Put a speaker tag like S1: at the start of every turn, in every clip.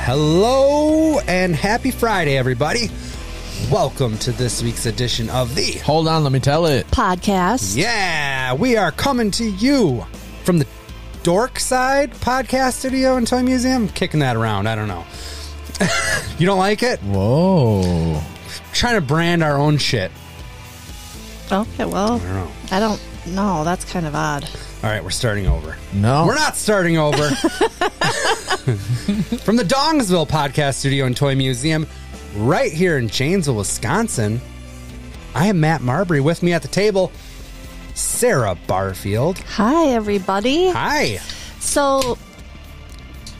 S1: Hello and happy Friday, everybody. Welcome to this week's edition of the.
S2: Hold on, let me tell it.
S3: podcast.
S1: Yeah, we are coming to you from the Dork Side Podcast Studio and Toy Museum. I'm kicking that around. I don't know. you don't like it?
S2: Whoa.
S1: trying to brand our own shit.
S3: Okay, well,
S1: I don't know.
S3: I don't know. That's kind of odd.
S1: All right, we're starting over.
S3: Oh.
S2: No.
S1: We're not starting over. From the Dongsville Podcast Studio and Toy Museum, right here in Janesville, Wisconsin, I am Matt Marbury. With me at the table, Sarah Barfield.
S3: Hi, everybody.
S1: Hi.
S3: So,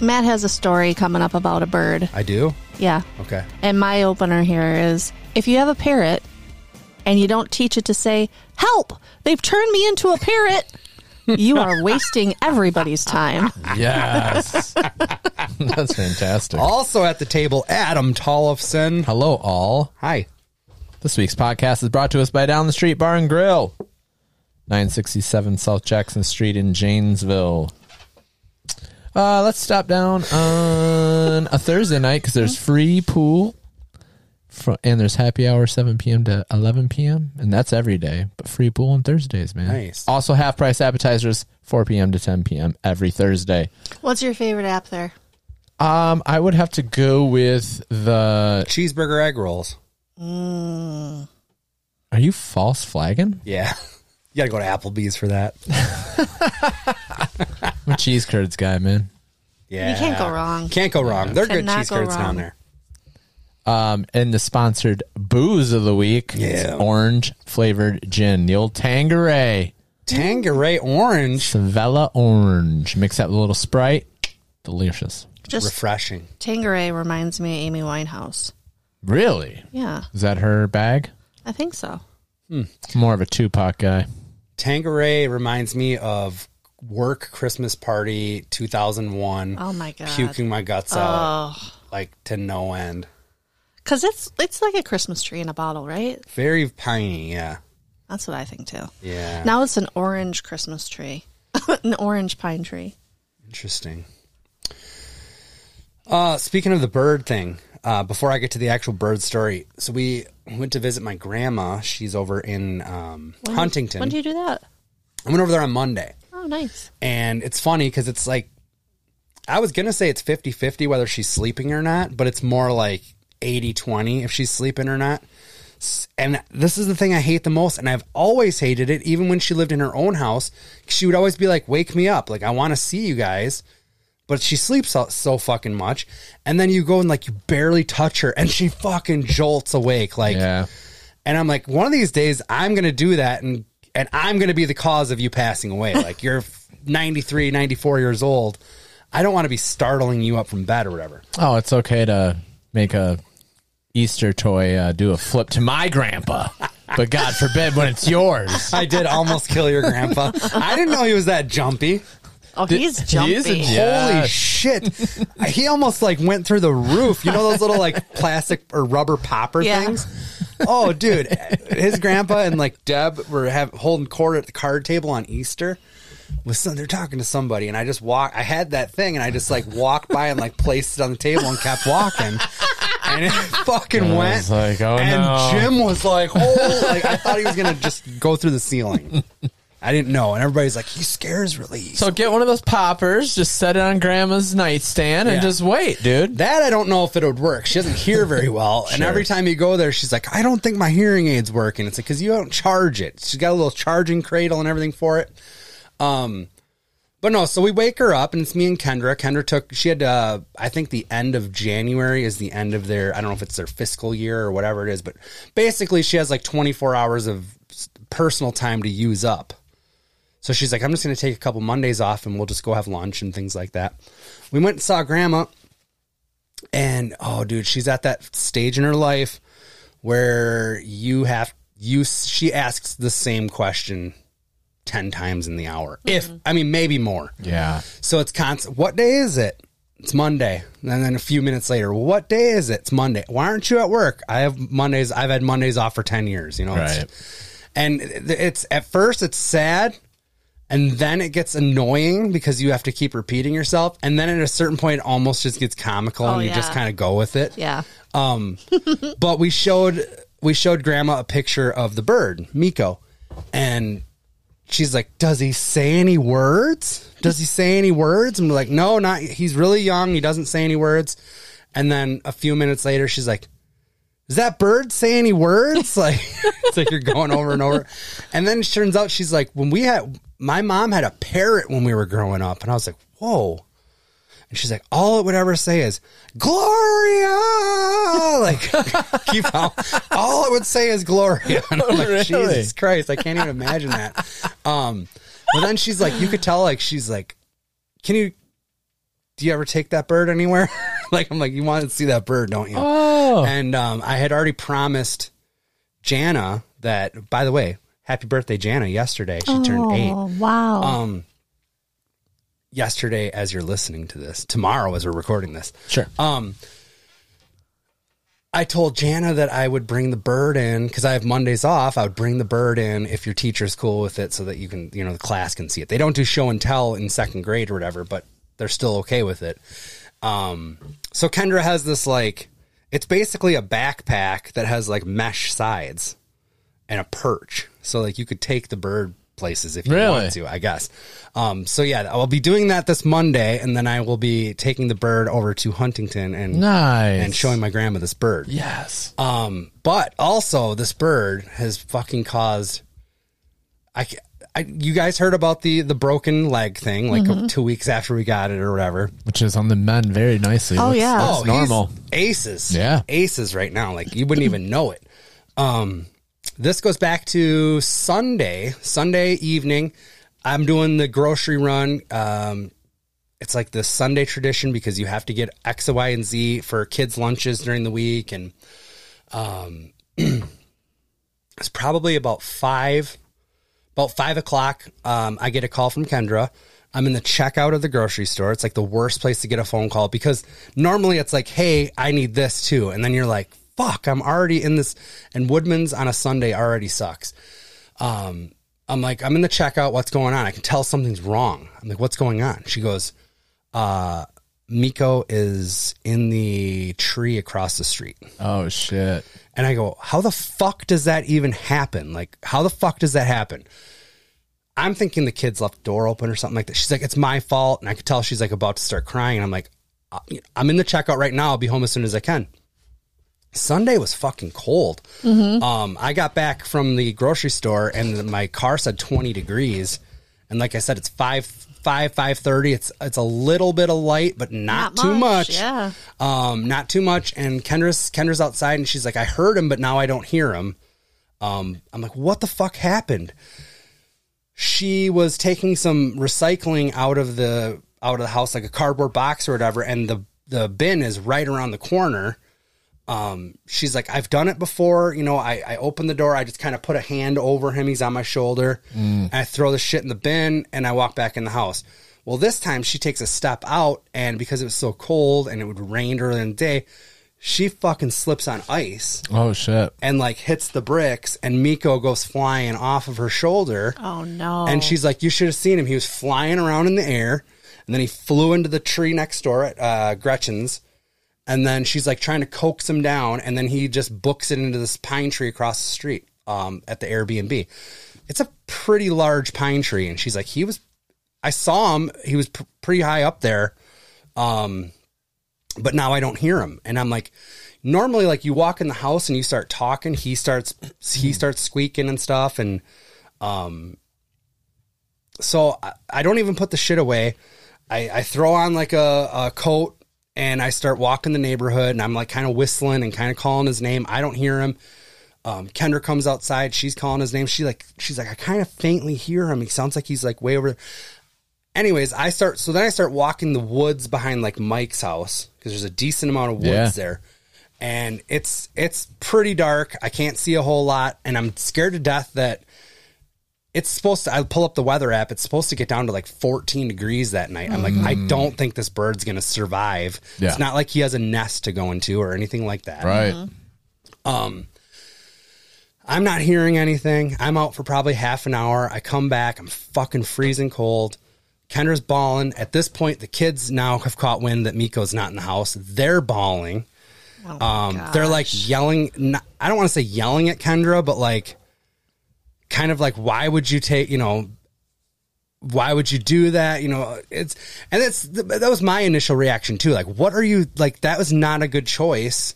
S3: Matt has a story coming up about a bird.
S1: I do?
S3: Yeah.
S1: Okay.
S3: And my opener here is if you have a parrot and you don't teach it to say, Help! They've turned me into a parrot, you are wasting everybody's time.
S2: Yes. That's fantastic.
S1: Also at the table, Adam Tollefson.
S2: Hello, all.
S1: Hi.
S2: This week's podcast is brought to us by Down the Street Bar and Grill, 967 South Jackson Street in Janesville. Uh, let's stop down on a Thursday night because there's free pool. fro- And there's happy hour 7 p.m. to 11 p.m. and that's every day, but free pool on Thursdays, man.
S1: Nice.
S2: Also, half price appetizers 4 p.m. to 10 p.m. every Thursday.
S3: What's your favorite app there?
S2: Um, I would have to go with the.
S1: Cheeseburger egg rolls.
S2: Are you false flagging?
S1: Yeah. You gotta go to Applebee's for that.
S2: I'm a cheese curds guy, man.
S1: Yeah.
S3: can't go wrong.
S1: Can't go wrong. They're good
S3: Cannot
S1: cheese
S3: go
S1: curds down
S3: wrong.
S1: there.
S2: Um, and the sponsored booze of the week is
S1: Yeah.
S2: orange flavored gin, the old Tangeray,
S1: Tangeray orange.
S2: Savella orange. Mix that with a little Sprite, delicious.
S3: Just
S1: Refreshing.
S3: Tangeray reminds me of Amy Winehouse.
S2: Really?
S3: Yeah,
S2: Is that her bag?
S3: I think so.
S2: More of a Tupac guy.
S1: Tangeray reminds me of work Christmas party 2001.
S3: Oh my Oh. God.
S1: Puking my guts out like to no end.
S3: Because it's, it's like a Christmas tree in a bottle, right?
S1: Very piney. Yeah.
S3: That's what I think too.
S1: Yeah.
S3: Now it's an orange Christmas tree, an orange pine tree.
S1: Interesting. Uh, speaking of the bird thing, uh, before I get to the actual bird story, so we went to visit my grandma. She's over in um, Huntington.
S3: When do you do that?
S1: I went over there on Monday.
S3: Oh, nice.
S1: and it's funny because it's like i was gonna say it's 50-50 whether she's sleeping or not but it's more like 80-20 if she's sleeping or not S- and this is the thing i hate the most and i've always hated it even when she lived in her own house she would always be like wake me up like i want to see you guys but she sleeps so, so fucking much and then you go and like you barely touch her and she fucking jolts awake like
S2: Yeah.
S1: and I'm like, one of these days, I'm going to do that and and I'm going to be the cause of you passing away. Like you're 93, 94 years old. I don't want to be startling you up from bed or whatever.
S2: Oh, it's okay to make a Easter toy uh, do a flip to my grandpa, but God forbid when it's yours.
S1: I did almost kill your grandpa. I didn't know he was that jumpy.
S3: Oh, he's jumpy.
S2: he is a ju-
S1: Holy
S2: Yes.
S1: shit. He almost like went through the roof. You know those little like plastic or rubber popper
S3: Yeah.
S1: things? Oh, dude. His grandpa and like Deb were have, holding court at the card table on Easter. With some, they're talking to somebody, and I just walk. I had that thing, and I just like walked by and like placed it on the table and kept walking, and it fucking
S2: I
S1: went.
S2: was like, oh,
S1: and
S2: no.
S1: Jim was like, "Oh!" Like I thought he was gonna just go through the ceiling. I didn't know, and everybody's like, "He scares really." easy."
S2: So get one of those poppers, just set it on grandma's nightstand
S1: Yeah.
S2: and just wait, dude.
S1: That I don't know if it would work. She doesn't hear very well, and
S2: Sure.
S1: every time you go there, she's like, "I don't think my hearing aid's working." It's like because you don't charge it. She's got a little charging cradle and everything for it. Um, but no, so we wake her up, and it's me and Kendra. Kendra took she had uh, I think the end of January is the end of their I don't know if it's their fiscal year or whatever it is, but basically she has like 24 hours of s- personal time to use up. So she's like, I'm just going to take a couple Mondays off and we'll just go have lunch and things like that. We went and saw grandma. And oh, dude, she's at that stage in her life where you have, you, she asks the same question 10 times in the hour. If, I mean, maybe more.
S2: Yeah.
S1: So it's constant. What day is it? It's Monday. And then a few minutes later, well, what day is it? It's Monday. Why aren't you at work? I have Mondays. I've had Mondays off for 10 years, you know? It's-
S2: Right.
S1: and it's at first it's sad And then it gets annoying because you have to keep repeating yourself. And then at a certain point, it almost just gets comical
S3: Oh,
S1: and you just
S3: yeah.
S1: kind of go with it.
S3: Yeah.
S1: But we showed we showed grandma a picture of the bird, Miko, and she's like, "Does he say any words? Does he say any words?" And we're like, "No, not he's really young. He doesn't say any words." And then a few minutes later, she's like, "Does that bird say any words?" Like it's like you're going over and over. And then it turns out she's like, "When we had my mom had a parrot when we were growing up." And I was like, "Whoa." And she's like, all it would ever say is Gloria. Like, keep on. All it would say is Gloria. And I'm like,
S2: Really?
S1: Jesus Christ, I can't even imagine that. Um, but then she's like, you could tell, like, she's like, can you, do you ever take that bird anywhere? like, I'm like, you want to see that bird, don't you?
S2: Oh,
S1: And um, I had already promised Jana that, by the way, happy birthday, Jana, yesterday. She turned eight
S3: Oh, wow.
S1: um yesterday as you're listening to this tomorrow as we're recording this
S2: sure.
S1: um i told jana that i would bring the bird in because i have mondays off i would bring the bird in if your teacher's cool with it so that you can you know the class can see it they don't do show and tell in second grade or whatever but they're still okay with it um so kendra has this like it's basically a backpack that has like mesh sides and a perch so like you could take the bird places if you
S2: Really?
S1: want to to, I guess. Um, so yeah, I'll be doing that this Monday, and then I will be taking the bird over to Huntington and
S2: Nice.
S1: and showing my grandma this bird.
S2: Yes.
S1: Um, but also this bird has fucking caused. I, ca- I you guys heard about the the broken leg thing like two weeks after we got it or whatever.
S2: Which is on the men very nicely.
S3: Oh,
S2: Looks-
S3: yeah.
S2: looks
S1: Oh,
S2: normal.
S1: he's aces.
S2: Yeah.
S1: aces right now. Like you wouldn't even know it. Um, this goes back to Sunday. Sunday evening, I'm doing the grocery run. Um, it's like the Sunday tradition because you have to get X, Y, and Z for kids' lunches during the week, and um, it's probably about five, about five o'clock. Um, I get a call from Kendra. I'm in the checkout of the grocery store. It's like the worst place to get a phone call because normally it's like, "Hey, I need this too," and then you're like, "Fuck, I'm already in this." And Woodman's on a Sunday already sucks. Um, I'm like, I'm in the checkout. What's going on? I can tell something's wrong. I'm like, "What's going on?" She goes, uh, Miko is in the tree across the street.
S2: Oh shit.
S1: And I go, how the fuck does that even happen? Like, how the fuck does that happen? I'm thinking the kids left the door open or something like that. She's like, it's my fault. And I could tell she's like about to start crying. And I'm like, I- I'm in the checkout right now. I'll be home as soon as I can. Sunday was fucking cold.
S3: Mm-hmm.
S1: Um, I got back from the grocery store and my car said 20 degrees. And like I said, it's five, five, five thirty. It's, it's a little bit of light, but not,
S3: Not
S1: too
S3: much,
S1: much.
S3: yeah.
S1: Um, not too much. And Kendra's, Kendra's outside and she's like, I heard him, but now I don't hear him. Um, I'm like, what the fuck happened? she was taking some recycling out of the out of the house like a cardboard box or whatever and the the bin is right around the corner um she's like i've done it before you know i i open the door i just kind of put a hand over him he's on my shoulder and i throw the shit in the bin and i walk back in the house well this time she takes a step out and because it was so cold and it would rain earlier in the day she fucking slips on ice
S2: Oh shit.
S1: and like hits the bricks and miko goes flying off of her shoulder
S3: oh, no.
S1: and she's like, "You should have seen him. He was flying around in the air, and then he flew into the tree next door at uh, Gretchen's." And then she's like trying to coax him down, and then he just books it into this pine tree across the street um, at the Airbnb. It's a pretty large pine tree, and she's like, "He was. I saw him. He was pr- pretty high up there." Um, but now I don't hear him. And I'm like, normally, like you walk in the house and you start talking, he starts he starts squeaking and stuff, and um, so I, I don't even put the shit away. I, I throw on like a, a coat and I start walking the neighborhood, and I'm like kind of whistling and kind of calling his name. I don't hear him. Um, Kendra comes outside. She's calling his name. She like she's like I kind of faintly hear him. He sounds like he's like way over. there." Anyways, I start so then I start walking the woods behind like Mike's house because there's a decent amount of woods
S2: Yeah.
S1: there, and it's it's pretty dark. I can't see a whole lot, and I'm scared to death that it's supposed to. I pull up the weather app. It's supposed to get down to like 14 degrees that night. I'm like, I don't think this bird's gonna survive.
S2: Yeah.
S1: It's not like Mm-hmm. he has a nest to go into or anything like that.
S2: Right.
S1: Um, I'm not hearing anything. I'm out for probably half an hour. I come back. I'm fucking freezing cold. Kendra's bawling. At this point, the kids now have caught wind that Miko's not in the house. They're bawling.
S3: Oh,
S1: Um, they're like yelling. Not, I don't want to say yelling at Kendra, but like, kind of like, why would you take? You know, why would you do that? You know, it's and that's that was my initial reaction too. Like, what are you like? That was not a good choice.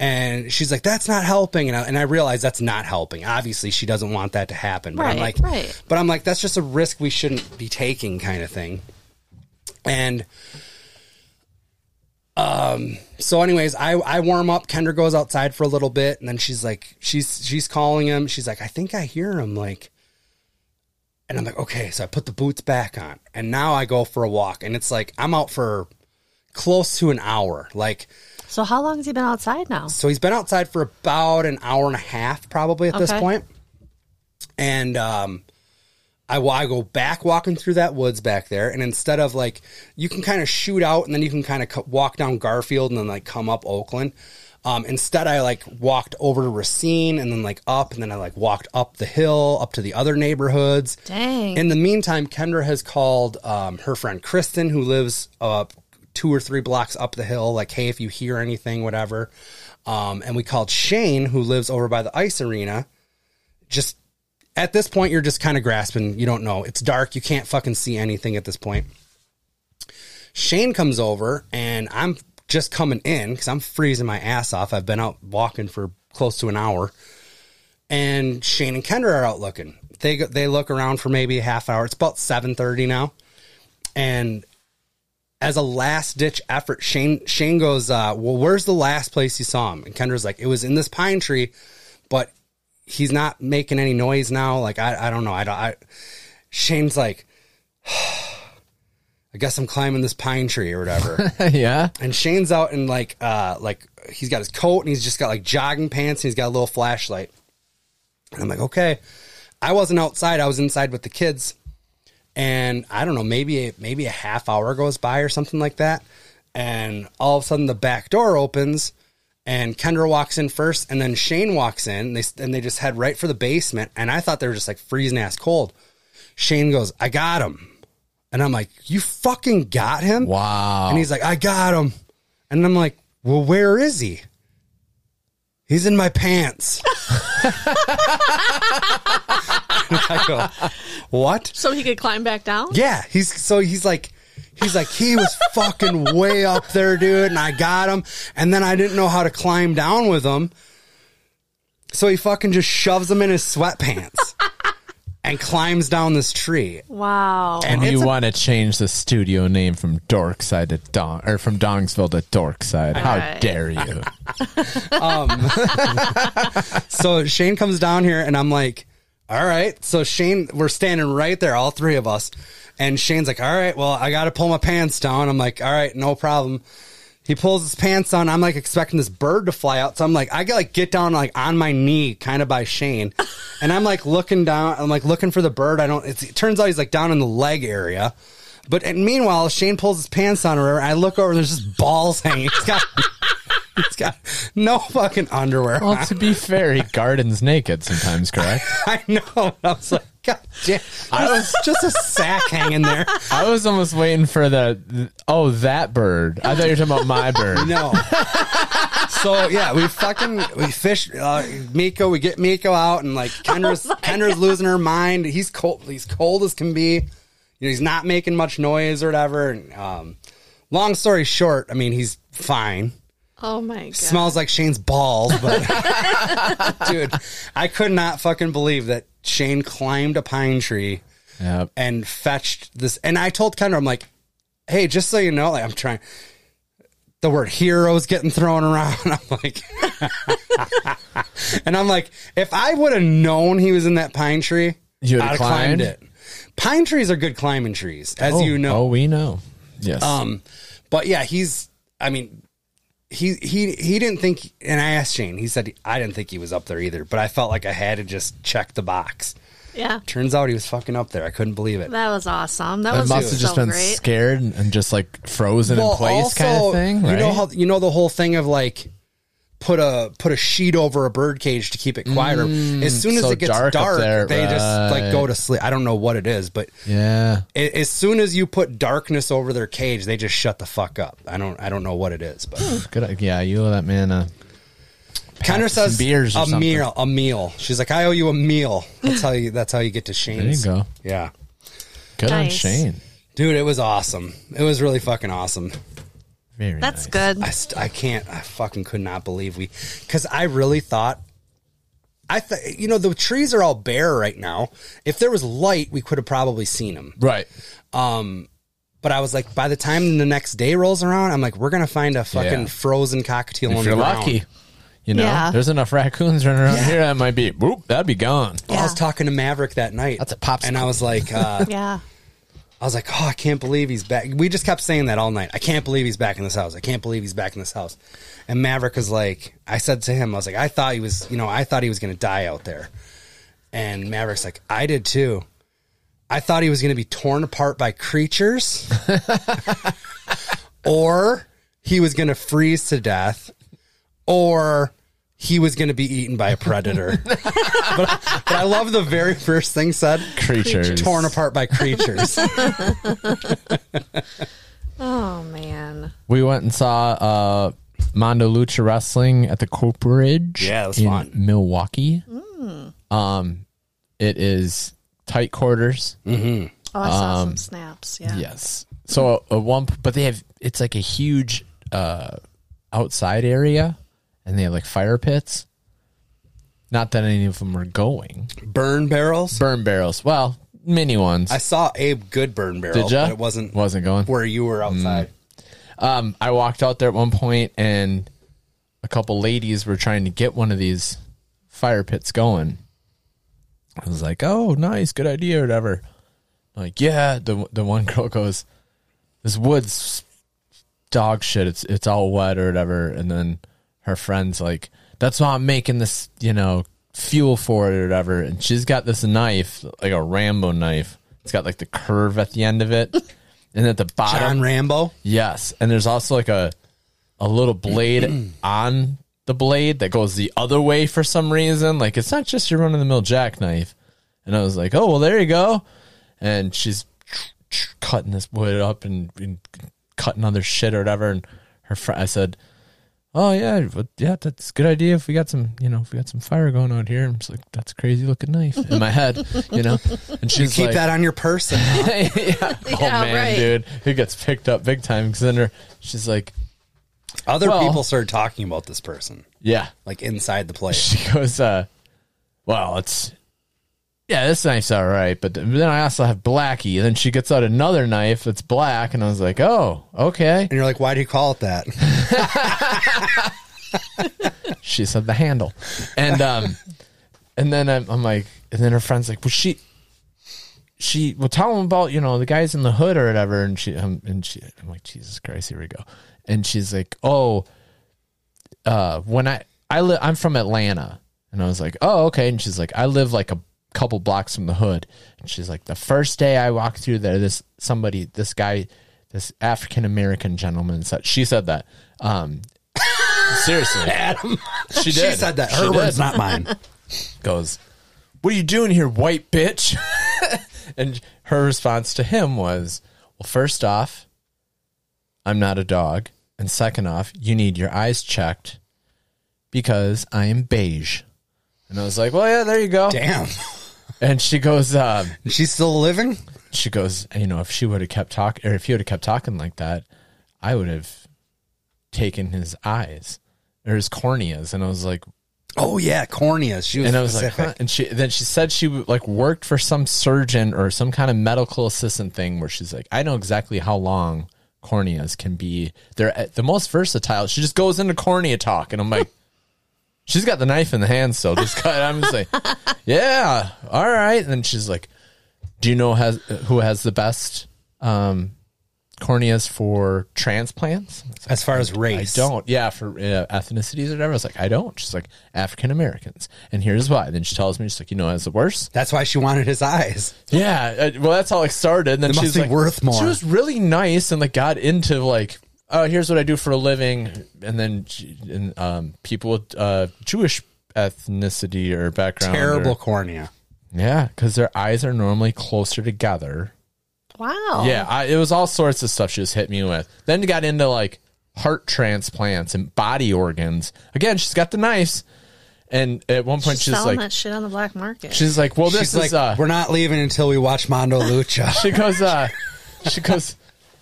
S1: And she's like, "That's not helping," and I, and I realize that's not helping. Obviously, she doesn't want that to happen. But I'm like,
S3: Right, right.
S1: but I'm like, that's just a risk we shouldn't be taking, kind of thing. And so anyways i i warm up kendra goes outside for a little bit and then she's like she's she's calling him she's like i think i hear him like and i'm like okay so i put the boots back on and now i go for a walk and it's like i'm out for close to an hour like
S3: so how long has he been outside now?
S1: so he's been outside for about an hour and a half probably at this
S3: Okay.
S1: point and um I, wa- I go back walking through that woods back there and instead of like you can kind of shoot out and then you can kind of co- walk down garfield and then like come up oakland um, instead i like walked over to racine and then like up and then i like walked up the hill up to the other neighborhoods
S3: Dang.
S1: in the meantime, Kendra has called um, her friend Kristen, who lives uh, two or three blocks up the hill, like, hey, if you hear anything, whatever. Um, and we called Shane, who lives over by the ice arena. Just at this point, you're just kind of grasping. You don't know. It's dark. You can't fucking see anything at this point. Shane comes over, and I'm just coming in because I'm freezing my ass off. I've been out walking for close to an hour and Shane and Kendra are out looking. They go, they look around for maybe a half hour. It's about seven thirty now, and as a last ditch effort, Shane Shane goes, uh, "Well, where's the last place you saw him?" And Kendra's like, "It was in this pine tree, but he's not making any noise now. Like I I don't know. I don't." I, Shane's like. I guess I'm climbing this pine tree or whatever.
S2: yeah.
S1: and Shane's out in like uh like he's got his coat and he's just got like jogging pants and he's got a little flashlight. And I'm like, okay. I wasn't outside, I was inside with the kids. And I don't know, maybe a, maybe a half hour goes by or something like that. And all of a sudden the back door opens and Kendra walks in first and then Shane walks in. They s- and they just head right for the basement and I thought they were just like freezing ass cold. Shane goes, "I got him." And I'm like, "You fucking got him?"
S2: Wow.
S1: And he's like, I got him. And I'm like, well, where is he? He's in my pants. And I go, what?
S3: so he could climb back down?
S1: Yeah. He's so he's like, he's like, he was fucking way up there, dude. And I got him. And then I didn't know how to climb down with him. So he fucking just shoves him in his sweatpants and climbs down this tree.
S3: Wow.
S1: And
S2: you
S1: it's a-
S2: want to change the studio name from Dorkside to Don or from Dongsville to Dorkside? How
S3: Right.
S2: dare you?
S1: so Shane comes down here, and I'm like, all right. So Shane, we're standing right there, all three of us. And Shane's like, all right, well, I got to pull my pants down. I'm like, all right, no problem. He pulls his pants on. I'm like expecting this bird to fly out. So I'm like, I got like get down like on my knee, kind of by Shane. And I'm like looking down. I'm like looking for the bird. I don't, it's, it turns out he's like down in the leg area. But and meanwhile, Shane pulls his pants on or whatever. I look over and there's just balls hanging. He's got, he's got no fucking underwear. on.
S2: well, to be fair, he gardens naked sometimes, correct?
S1: I know. I was like, God damn. I was just a sack hanging there.
S2: I was almost waiting for the th- oh that bird. I thought you were talking about my bird.
S1: No. So yeah, we fucking we fish uh, Miko. We get Miko out, and like Kendra's Kendra's losing her mind. He's cold. He's cold as can be. You know, he's not making much noise or whatever. And um, long story short, I mean, he's fine.
S3: oh my god.
S1: Smells like Shane's balls, but dude, I could not fucking believe that Shane climbed a pine tree
S2: Yep.
S1: and fetched this. And I told Kendra, I'm like, hey, just so you know, like I'm trying. The word hero's getting thrown around. I'm like, and I'm like, if I would have known he was in that pine tree,
S2: You would've
S1: I'd have
S2: climbed?
S1: climbed it. Pine trees are good climbing trees, as you know.
S2: Oh, we know. Yes.
S1: Um, but yeah, he's. I mean, he he he didn't think. And I asked Shane. He said I didn't think he was up there either. But I felt like I had to just check the box.
S3: yeah.
S1: Turns out he was fucking up there. I couldn't believe it.
S3: That was awesome. That
S2: it
S3: was
S2: must have
S3: so
S2: just been
S3: great.
S2: scared and, and just like frozen in place kind of thing.
S1: You know
S2: right?
S1: how you know the whole thing of like put a put a sheet over a bird cage to keep it quieter. as soon as
S2: Mm, so
S1: it gets
S2: dark
S1: dark,
S2: up there,
S1: they just
S2: right.
S1: like go to sleep. I don't know what it is, but
S2: Yeah.
S1: a- as soon as you put darkness over their cage, they just shut the fuck up. I don't I don't know what it is,
S2: Hmm.
S1: but
S2: Good. Yeah, you owe that man uh, a.
S1: Kendra
S2: some
S1: says
S2: beers or
S1: a
S2: something.
S1: meal, a meal. She's like, I owe you a meal. That's how you. That's how you get to
S2: There you
S1: Shane's.
S2: go.
S1: Yeah,
S2: Good on
S3: Nice.
S2: Shane.
S1: dude, it was awesome. It was really fucking awesome.
S2: Very nice.
S3: That's good.
S1: I st- I can't. I fucking could not believe we, because I really thought. I th- you know the trees are all bare right now. If there was light, we could have probably seen them.
S2: Right.
S1: But I was like, by the time the next day rolls around, I'm like, we're gonna find a fucking
S2: Yeah.
S1: frozen cockatiel. on
S2: If
S1: the
S2: you're
S1: ground.
S2: lucky, you know,
S3: Yeah.
S2: there's enough raccoons running around here that might be, whoop, that'd be gone.
S1: I
S3: Yeah.
S1: was talking to Maverick that night.
S2: That's a popsicle.
S1: And I was like, uh,
S3: yeah.
S1: I was like, oh, I can't believe he's back. We just kept saying that all night. I can't believe he's back in this house. I can't believe he's back in this house. And Maverick was like, I said to him, I was like, I thought he was, you know, I thought he was going to die out there. And Maverick's like, I did too. I thought he was going to be torn apart by creatures or he was going to freeze to death or he was going to be eaten by a predator. but, but I love the very first thing said
S2: Creatures.
S1: torn apart by creatures.
S3: Oh man.
S2: We went and saw uh, Mondo Lucha Wrestling at the Corporage.
S1: Yeah, it was
S2: in
S1: fun.
S2: Milwaukee.
S3: Mm.
S2: Um, it is tight quarters.
S3: Oh, I saw some snaps. Yeah.
S2: Yes. So a one, but they have it's like a huge uh, outside area, and they have like fire pits. Not that any of them are going
S1: burn barrels.
S2: burn barrels. Well, mini ones.
S1: I saw a good burn barrel,
S2: Did ya?
S1: but it wasn't
S2: wasn't Mm. going.
S1: where you were outside.
S2: Um, I walked out there at one point, and a couple ladies were trying to get one of these fire pits going. I was like, "Oh, nice, good idea, or whatever." like, yeah. The the one girl goes, "This wood's dog shit. It's it's all wet or whatever." And then her friend's like, "That's why I'm making this, you know, fuel for it or whatever." And she's got this knife, like a Rambo knife. It's got like the curve at the end of it, and at the bottom,
S1: John Rambo.
S2: Yes, and there's also like a a little blade on the blade that goes the other way for some reason. Like it's not just your run of the mill jackknife. And I was like, oh well, there you go. And she's cutting this wood up and, and cutting other shit or whatever. And her friend, I said, oh yeah, but yeah, that's a good idea. If we got some, you know, if we got some fire going out here, I'm just like, that's a crazy looking knife in my head, you know. And she's
S1: Keep
S2: like,
S1: that on your person.
S2: yeah. Oh man,
S3: right.
S2: dude, it gets picked up big time. Because then her, she's like,
S1: Other
S2: Well-
S1: people started talking about this person,
S2: yeah.
S1: like inside the place.
S2: She goes, uh, well, it's yeah, this knife's all right, but th- then I also have Blackie. And then she gets out another knife that's black, and I was like, oh, okay.
S1: And you're like, why do you call it that?
S2: She said the handle, and um, and then I'm, I'm like, and then her friend's like, well, she. She well tell him about you know the guys in the hood or whatever and she um, and she I'm like Jesus Christ here we go and she's like oh uh, when I I li- I'm from Atlanta, and I was like, oh okay, and she's like, I live like a couple blocks from the hood, and she's like, the first day I walked through there, this somebody, this guy, this African American gentleman said, she said that, um, seriously, Adam, she
S1: She
S2: did,
S1: said that.
S2: she
S1: Her
S2: did
S1: words, not mine.
S2: goes, What are you doing here, white bitch? and her response to him was, Well, first off, I'm not a dog. And second off, you need your eyes checked because I am beige. And I was like, Well, yeah, there you go.
S1: Damn.
S2: And she goes, um,
S1: She's still living?
S2: she goes, you know, if she would have kept talking, or if he would have kept talking like that, I would have taken his eyes or his corneas. And I was like,
S1: Oh, yeah. Corneas. She was,
S2: and I was
S1: specific.
S2: like, huh? and she then she said she like worked for some surgeon or some kind of medical assistant thing where she's like, I know exactly how long corneas can be. They're at the most versatile. She just goes into cornea talk, and I'm like, she's got the knife in the hand still. Just cut. I'm just like, yeah, all right. And then she's like, Do you know has who has the best um, corneas for transplants?
S1: as far as
S2: I
S1: race.
S2: don't. Yeah, for uh, ethnicities or whatever. I was like, I don't. She's like, African Americans. And here's why. Then she tells me, she's like, you know, as the worst.
S1: That's why she wanted his eyes.
S2: Yeah. uh, well, that's how it started. And then
S1: They must
S2: she's
S1: be
S2: like,
S1: worth more.
S2: She was really nice and like got into like, oh, here's what I do for a living, and then and, um, people with uh, Jewish ethnicity or background, or-
S1: Terrible cornea.
S2: yeah, because their eyes are normally closer together.
S3: Wow.
S2: Yeah, I, it was all sorts of stuff she was hitting me with. Then got into like heart transplants and body organs. Again, she's got the knives, and at one point she's,
S3: selling
S2: like,
S3: that shit on the black market.
S2: she's like, well, this
S1: She's like,
S2: is uh,
S1: we're not leaving until we watch Mondo Lucha.
S2: she goes, uh, she goes,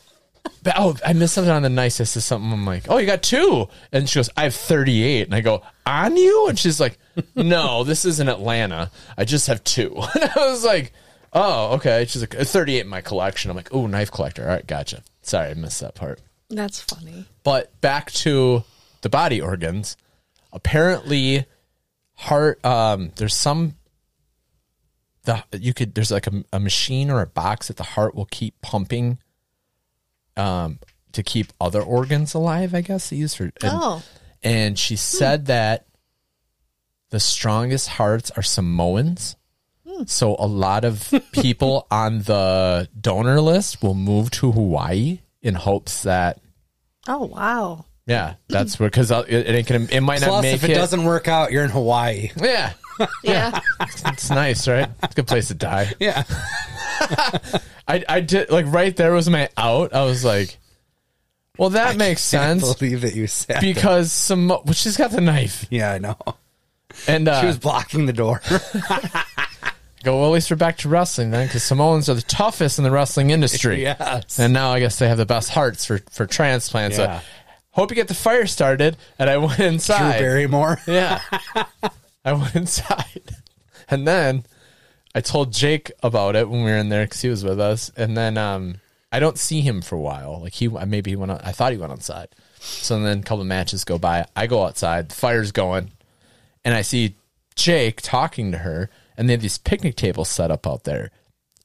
S2: "But- oh, I missed something on the nicest is something. I'm like, oh, you got two. And she goes, I have 38. And I go, on you? And she's like, no, this isn't Atlanta. I just have two. And I was like, oh, okay. She's like, 38 in my collection. I'm like, oh, knife collector. All right, gotcha. Sorry, I missed that part.
S3: That's funny.
S2: But back to the body organs. Apparently, heart. Um, there's some. The you could there's like a, a machine or a box that the heart will keep pumping. Um, to keep other organs alive, I guess they use for. And,
S3: Oh.
S2: and she said that the strongest hearts are Samoans. So a lot of people on the donor list will move to Hawaii in hopes that
S3: Oh wow.
S2: yeah, that's where because it, it ain't gonna. It might not
S1: Plus,
S2: make
S1: if it, doesn't work out, you're in Hawaii.
S2: Yeah,
S3: Yeah.
S2: it's nice, right? It's a good place to die.
S1: Yeah.
S2: I I did like right there was my out. I was like, well, that makes sense
S1: Can't believe that you said that.
S2: because some well, she's got the knife
S1: Yeah, I know.
S2: and uh,
S1: She was blocking the door.
S2: go. Well, at least we're back to wrestling then, because Samoans are the toughest in the wrestling industry.
S1: Yes.
S2: and now I guess they have the best hearts for for transplants.
S1: Yeah.
S2: So, hope you get the fire started. And I went
S1: Drew
S2: inside.
S1: Barrymore.
S2: Yeah. I went inside. And then I told Jake about it when we were in there because he was with us. And then um, I don't see him for a while. Like he maybe he went. On, I thought he went outside. So then a couple of matches go by. I go outside. The fire's going, and I see Jake talking to her. And they have these picnic tables set up out there,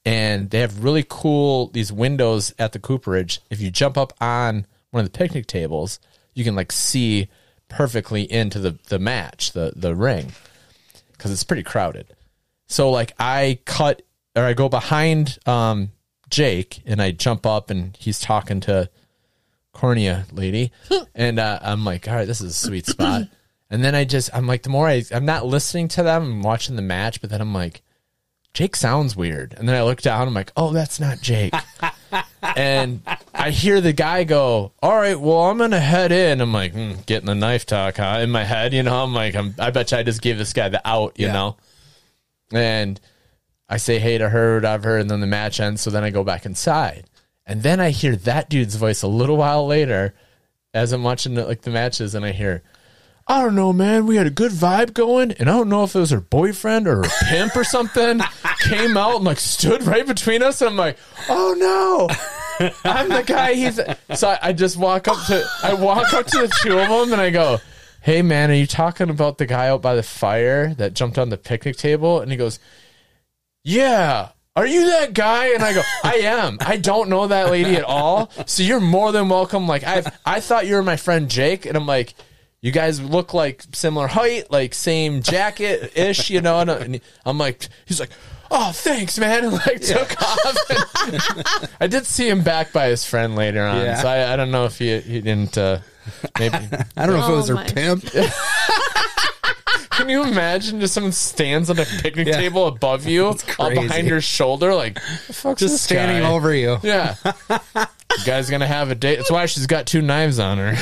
S2: and they have really cool these windows at the Cooperage. If you jump up on one of the picnic tables, you can like see perfectly into the the match, the the ring, because it's pretty crowded. So like I cut or I go behind um Jake and I jump up and he's talking to Cornea lady and uh, I'm like, all right, this is a sweet spot. and then I just I'm like, the more I I'm not listening to them, I'm watching the match, but then I'm like, Jake sounds weird. And then I look down, I'm like, oh, that's not Jake. and I hear the guy go, all right, well, I'm going to head in. I'm like, hmm, getting the knife talk, huh? In my head, you know, I'm like, I'm, I bet you I just gave this guy the out, you
S1: Yeah.
S2: know? And I say hey to her, whatever. And then the match ends. So then I go back inside. And then I hear that dude's voice a little while later as I'm watching the, like the matches and I hear, I don't know, man. We had a good vibe going, and I don't know if it was her boyfriend or her pimp or something. Came out and like stood right between us, and I'm like, oh no, I'm the guy. He's so I, I just walk up to I walk up to the two of them, and I go, hey man, are you talking about the guy out by the fire that jumped on the picnic table? And he goes, yeah. Are you that guy? And I go, I am. I don't know that lady at all. So you're more than welcome. Like I, I thought you were my friend Jake, and I'm like, you guys look like similar height, like same jacket ish, you know. And, and I'm like, he's like, oh, thanks, man, and like took off. And I did see him back by his friend later on,
S1: Yeah.
S2: so I, I don't know if he he didn't. Uh, maybe
S1: I don't know if
S3: Oh
S1: it was her
S3: my.
S1: pimp.
S2: can you imagine just someone stands on a picnic
S1: Yeah.
S2: table above you, all
S1: crazy.
S2: behind your shoulder, like the fuck's
S1: Just
S2: this
S1: standing
S2: guy?
S1: over you.
S2: Yeah. You guy's gonna have a date. That's why she's got two knives on her.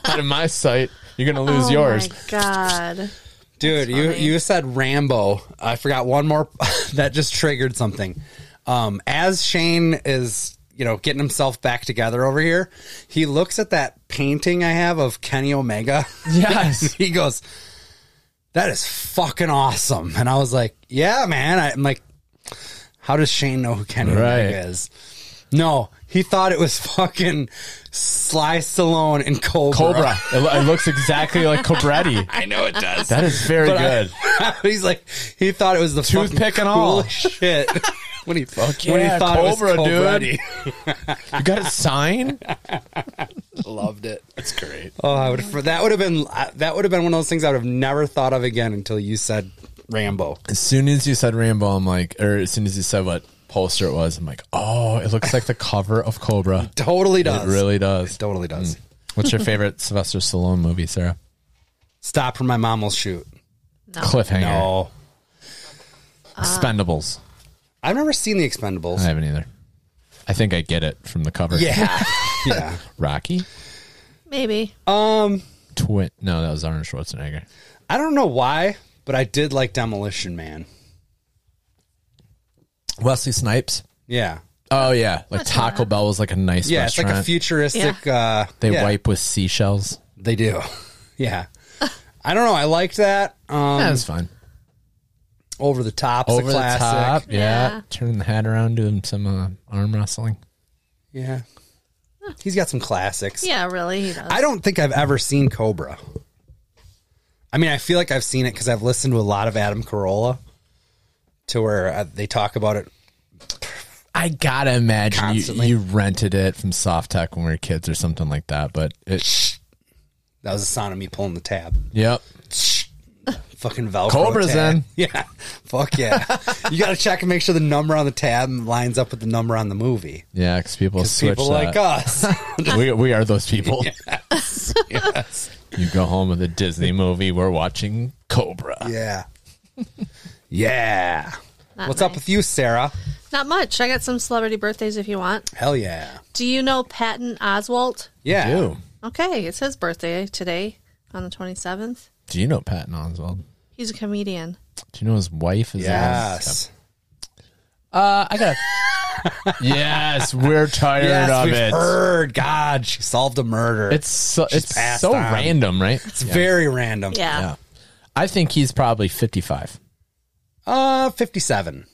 S2: Out of my sight, you're gonna lose
S3: oh
S2: yours.
S3: my god.
S1: Dude, you,
S3: funny.
S1: you said Rambo. I forgot one more that just triggered something. Um, as Shane is, you know, getting himself back together over here, he looks at that painting I have of Kenny Omega.
S2: Yes.
S1: he goes, That is fucking awesome. And I was like, Yeah, man. I, am like, How does Shane know who Kenny
S2: Right.
S1: Omega is? No, he thought it was fucking Sly Stallone and Cobra.
S2: Cobra. It, lo- it looks exactly like Cobretti.
S1: I know it does.
S2: That is very good.
S1: He's like, he thought it was the fucking
S2: Toothpick and all.
S1: coolest shit. when he fuck when
S2: yeah,
S1: he thought
S2: Cobra,
S1: it was Cobra,
S2: dude.
S1: dude.
S2: you got a sign?
S1: loved it.
S2: That's great.
S1: Oh, I would have, that would have been uh, that would have been one of those things I would have never thought of again until you said Rambo.
S2: As soon as you said Rambo, I'm like, or as soon as you said what poster it was. I'm like, oh, it looks like the cover of Cobra.
S1: Totally
S2: It
S1: does.
S2: really Mm. does.
S1: totally does.
S2: What's your favorite Sylvester Stallone movie, Sarah?
S1: Stop or my mom will shoot.
S2: Cliffhanger.
S1: No. Uh,
S2: Expendables.
S1: I've never seen the
S2: I
S1: Expendables.
S2: haven't either. I think I get it from the cover.
S1: Yeah. yeah.
S2: Rocky?
S3: Maybe.
S2: Twin. No, that was Arnold Schwarzenegger.
S1: I don't know why, but I did like Demolition Man.
S2: Wesley Snipes.
S1: Yeah.
S2: Oh, yeah. Like Taco Bell was like a nice
S1: Yeah,
S2: restaurant.
S1: it's like a futuristic uh
S2: they
S1: yeah,
S2: wipe with seashells.
S1: They do. yeah. I don't know. I liked that. Um
S2: That's fine.
S1: over the top's
S2: Over
S1: a
S2: the
S1: classic.
S2: top. Yeah.
S3: Yeah.
S2: Turning the head around, doing some uh, arm wrestling.
S1: Yeah. He's got some classics.
S3: Yeah, really. He does.
S1: I don't think I've ever seen Cobra. I mean, I feel like I've seen it because I've listened to a lot of Adam Carolla, to where uh, they talk about it.
S2: I gotta imagine you,
S1: Constantly.
S2: you rented it from Soft Tech when we were kids or something like that. But it,
S1: That was the sound of me pulling the tab.
S2: yep,
S1: Fucking Velcro.
S2: Cobra's
S1: tab.
S2: in.
S1: Yeah. Fuck yeah. you got to check and make sure the number on the tab lines up with the number on the movie.
S2: yeah, because people switch
S1: People
S2: that.
S1: like us.
S2: we, we are those people. You go home with a Disney movie. We're watching Cobra.
S1: yeah. Yeah.
S3: Not
S1: What's up
S3: nice.
S1: with you, Sarah?
S3: Not much. I got some celebrity birthdays if you want.
S1: Hell yeah.
S3: Do you know Patton Oswalt?
S1: Yeah.
S2: Do
S3: Okay, it's his birthday today on the 27th.
S2: do you know Patton Oswald?
S3: He's a comedian.
S2: Do you know his wife is?
S1: Yes.
S2: Uh, I got. yes, we're tired
S1: Yes,
S2: of
S1: we've
S2: it.
S1: heard. God, she solved a murder.
S2: It's so it's
S1: passed
S2: so
S1: on.
S2: random, right?
S1: It's very random.
S3: Yeah.
S2: Yeah. I think he's probably fifty-five.
S1: Uh, 57.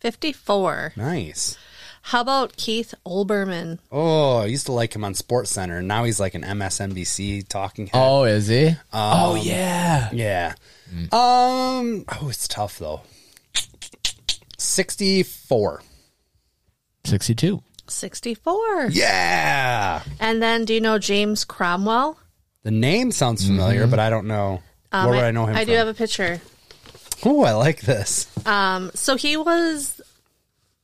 S3: 54.
S1: Nice.
S3: How about Keith Olbermann?
S1: Oh, I used to like him on Sports Center, and now he's like an MSNBC talking head.
S2: Oh, is he?
S1: Um,
S2: oh yeah.
S1: Yeah. Um. Oh, it's tough though. 64.
S2: 62.
S3: 64.
S1: Yeah.
S3: And then do you know James Cromwell?
S1: The name sounds familiar, but I don't know.
S3: Um,
S1: Where would I know him
S3: I
S1: from?
S3: do have a picture.
S1: oh, I like this.
S3: Um, so he was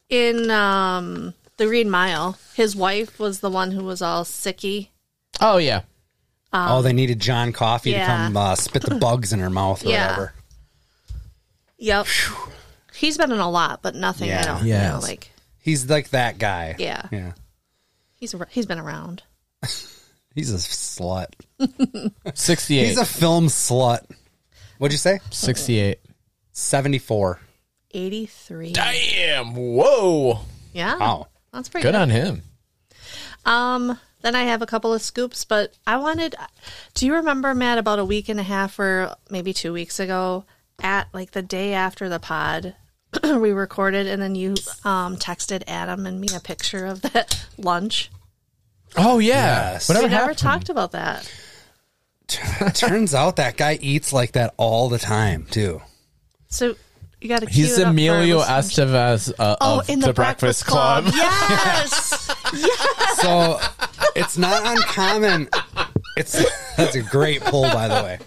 S3: in um, the Green Mile. His wife was the one who was all sicky.
S2: Oh, yeah.
S1: oh, they needed John Coffey
S3: Um, yeah.
S1: to come uh, spit the bugs in her mouth or
S3: Yeah.
S1: whatever.
S3: Yep. He's been in a lot, but nothing. I
S1: Yeah.
S3: don't
S2: Yes.
S3: know. Like
S1: He's like that guy.
S3: Yeah.
S1: Yeah.
S3: he's ar- he's been around.
S1: He's a slut.
S2: 68.
S1: He's a film slut. What'd you say?
S2: 68.
S1: 74.
S3: 83.
S2: Damn. Whoa.
S3: Yeah.
S1: Wow.
S3: That's pretty
S2: Good
S3: good.
S2: on him.
S3: Um, then I have a couple of scoops, but I wanted. Do you remember Matt about a week and a half or maybe two weeks ago at like the day after the pod we recorded, and then you um, texted Adam and me a picture of that lunch.
S2: Oh, yeah.
S1: Yes.
S2: Whatever
S3: we never
S2: happened?
S3: talked about that.
S1: Turns out that guy eats like that all the time, too.
S3: So you got to.
S2: He's Emilio Estevez uh,
S3: Oh,
S2: of
S3: in the, Breakfast, Club. Yes.
S1: So it's not uncommon. It's that's a great pull, by the way.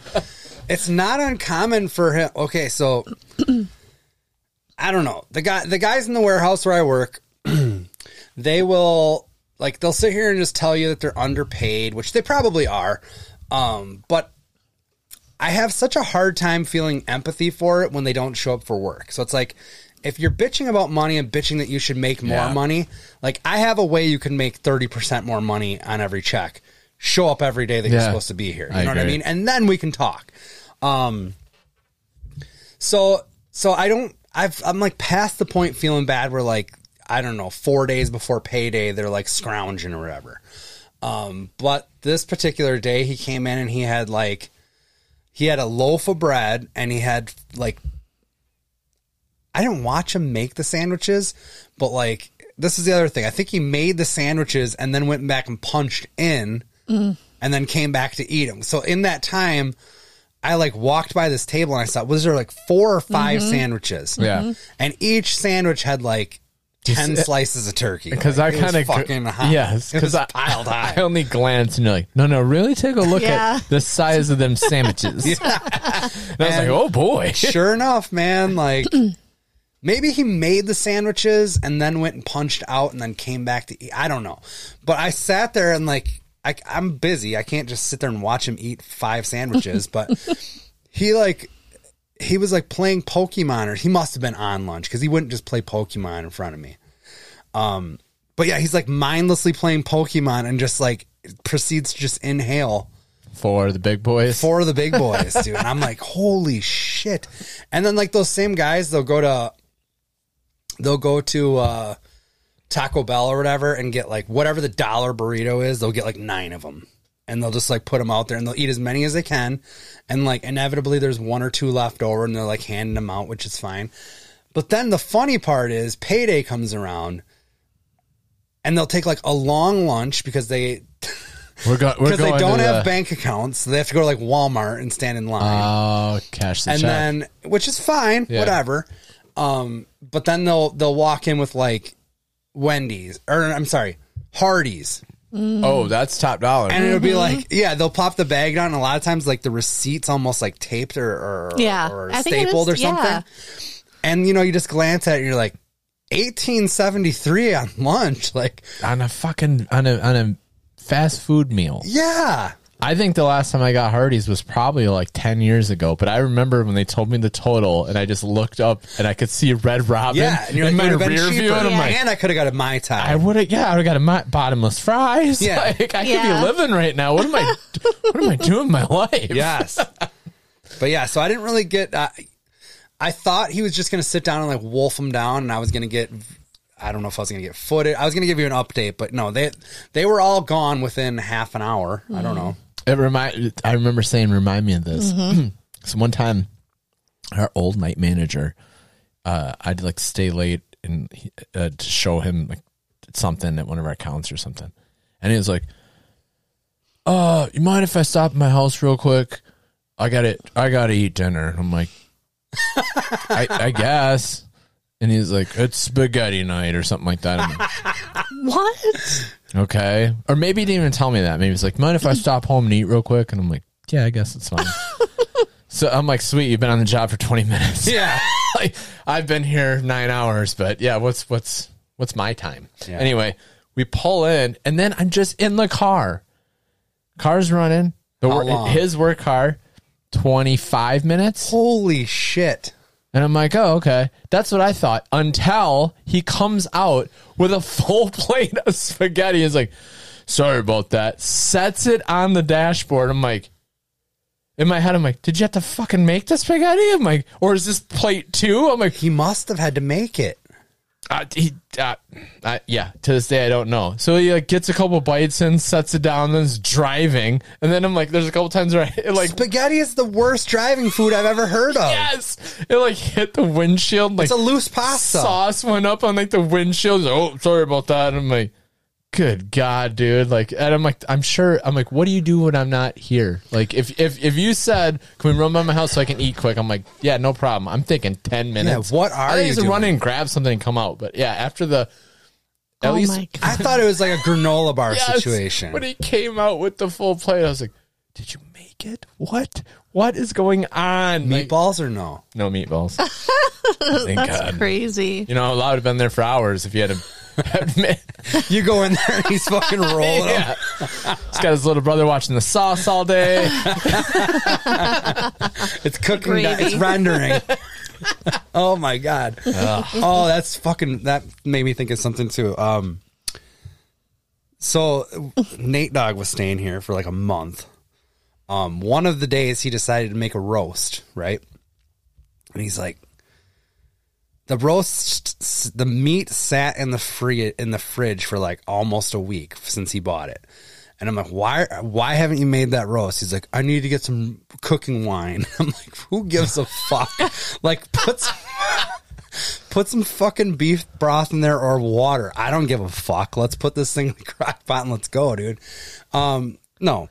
S1: It's not uncommon for him. Okay, so I don't know the guy. The guys in the warehouse where I work, they will like they'll sit here and just tell you that they're underpaid, which they probably are. Um, but I have such a hard time feeling empathy for it when they don't show up for work. So it's like if you're bitching about money and bitching that you should make more
S2: Yeah.
S1: money, like I have a way you can make 30% more money on every check. Show up every day that you're
S2: Yeah.
S1: supposed to be here. You
S2: I
S1: know what I
S2: agree.
S1: mean? And then we can talk. Um, So so I don't I've I'm like past the point feeling bad where like I don't know, four days before payday they're like scrounging or whatever. Um but this particular day he came in and he had like he had a loaf of bread and he had like I didn't watch him make the sandwiches, but like this is the other thing. I think he made the sandwiches and then went back and punched in and then came back to eat them. So in that time I like walked by this table and I saw was there like four or 5 sandwiches.
S2: Yeah.
S1: And each sandwich had like ten slices of turkey.
S2: Because
S1: Like,
S2: I
S1: it was
S2: kind of
S1: fucking hot.
S2: yes,
S1: It
S2: because
S1: was
S2: I
S1: piled high.
S2: I only glance and you're like, no, no, really take a look
S3: Yeah.
S2: at the size of them sandwiches. and I was like, oh boy,
S1: sure enough, man, like Maybe he made the sandwiches and then went and punched out and then came back to eat. I don't know. But I sat there and like I, I'm busy. I can't just sit there and watch him eat five sandwiches. But he like he was like playing Pokemon or he must have been on lunch because he wouldn't just play Pokemon in front of me. Um, but yeah, he's like mindlessly playing Pokemon and just like proceeds to just inhale
S2: for the big boys.
S1: four of the big boys, dude. And I'm like, holy shit. And then like those same guys, they'll go to they'll go to uh Taco Bell or whatever and get like whatever the dollar burrito is, they'll get like nine of them. And they'll just like put them out there and they'll eat as many as they can. And like inevitably there's one or two left over and they're like handing them out, which is fine. But then the funny part is payday comes around and they'll take like a long lunch because they
S2: we're, go- we're
S1: because
S2: going
S1: they don't
S2: to
S1: have
S2: the-
S1: bank accounts, so they have to go to like Walmart and stand in line,
S2: Oh, cash the
S1: and
S2: check.
S1: then which is fine,
S2: Yeah.
S1: whatever. Um, but then they'll they'll walk in with like Wendy's or I'm sorry, Hardee's,
S2: oh, that's top dollar.
S1: and
S3: Mm-hmm.
S1: it'll be like yeah, they'll pop the bag down. And a lot of times, like the receipt's almost like taped or or,
S3: Yeah.
S1: or
S3: I think it
S1: stapled
S3: is-
S1: or something.
S3: yeah.
S1: And you know, you just glance at it, and you're like. 1873 on lunch like
S2: on a fucking on a on a fast food meal.
S1: yeah
S2: I think the last time I got Hardee's was probably like ten years ago. But I remember when they told me the total, and I just looked up and I could see Red Robin
S1: yeah and you're
S2: in
S1: like "It
S2: my
S1: would've been
S2: rear view,
S1: cheaper."
S2: and I'm
S3: Yeah.
S2: like,
S1: and i could have got a mai tai
S2: I would have, yeah, I would have got a mi- bottomless fries.
S1: Yeah.
S2: Like, I
S3: Yeah.
S2: could be living right now. What am I? what am I doing with my life?
S1: Yes. but yeah, so I didn't really get. Uh, I thought he was just going to sit down and like wolf him down, and I was going to get. I don't know if I was going to get footed. I was going to give you an update, but no, they they were all gone within half an hour. I don't know.
S2: It remind. I remember saying, "Remind me of this." so one time, our old night manager, uh, I'd like stay late and he- uh, to show him like something at one of our accounts or something, and he was like, "Uh, you mind if I stop at my house real quick? I got to I got to eat dinner." And I'm like, I, "I guess." And he's like, "It's spaghetti night or something like that." I'm like,
S3: What?
S2: Okay. Or maybe he didn't even tell me that. Maybe it's like, mind if I stop home and eat real quick? And I'm like, yeah, I guess it's fine. so I'm like, sweet, you've been on the job for 20 minutes.
S1: Yeah.
S2: like, I've been here nine hours, but yeah, what's what's what's my time? Anyway, we pull in, and then I'm just in the car. Car's running. The
S1: How
S2: wor-
S1: long?
S2: his work car, 25 minutes.
S1: Holy shit!
S2: And I'm like, oh, okay. That's what I thought. Until he comes out with a full plate of spaghetti. He's like, sorry about that. Sets it on the dashboard. I'm like, in my head, I'm like, did you have to fucking make the spaghetti? I'm like, or is this plate two? I'm like,
S1: He must have had to make it.
S2: uh, he, uh, uh, yeah, to this day, I don't know. So he like gets a couple bites in, sets it down, then is driving. And then I'm like, there's a couple times where I, it like,
S1: Spaghetti is the worst driving food I've ever heard of.
S2: yes, it like hit the windshield. Like,
S1: It's a loose pasta.
S2: sauce went up on like the windshield. Oh, sorry about that. And I'm like, good God, dude. Like, and I'm like, I'm sure. I'm like, what do you do when I'm not here? Like, if if if you said, can we run by my house so I can eat quick? I'm like, yeah, no problem. I'm thinking ten minutes.
S1: what are
S2: I
S1: you
S2: think it's a run
S1: doing?
S2: and grab something and come out. But yeah, after the at
S3: oh
S2: least
S3: my god.
S1: I thought it was like a granola bar
S2: Yes.
S1: situation.
S2: When he came out with the full plate, I was like, did you make it? What? What is going on? Like,
S1: Meatballs or no?
S2: no meatballs. Thank God.
S3: Crazy.
S2: You know, I would have been there for hours if you had to.
S1: You go in there and he's fucking rolling. 'em.
S2: yeah. He's got his little brother watching the sauce all day.
S1: It's cooking.
S3: Gravy.
S1: It's rendering. oh my god. Oh, that's fucking. That made me think of something too. Um. So Nate Dog was staying here for like a month. Um, one of the days he decided to make a roast, right? And he's like, the roast, the meat sat in the free in the fridge for like almost a week since he bought it. And I'm like, why, why haven't you made that roast? He's like, I need to get some cooking wine. I'm like, who gives a fuck? like, put some, put some fucking beef broth in there or water. I don't give a fuck. Let's put this thing in the crock pot and let's go, dude. Um, no.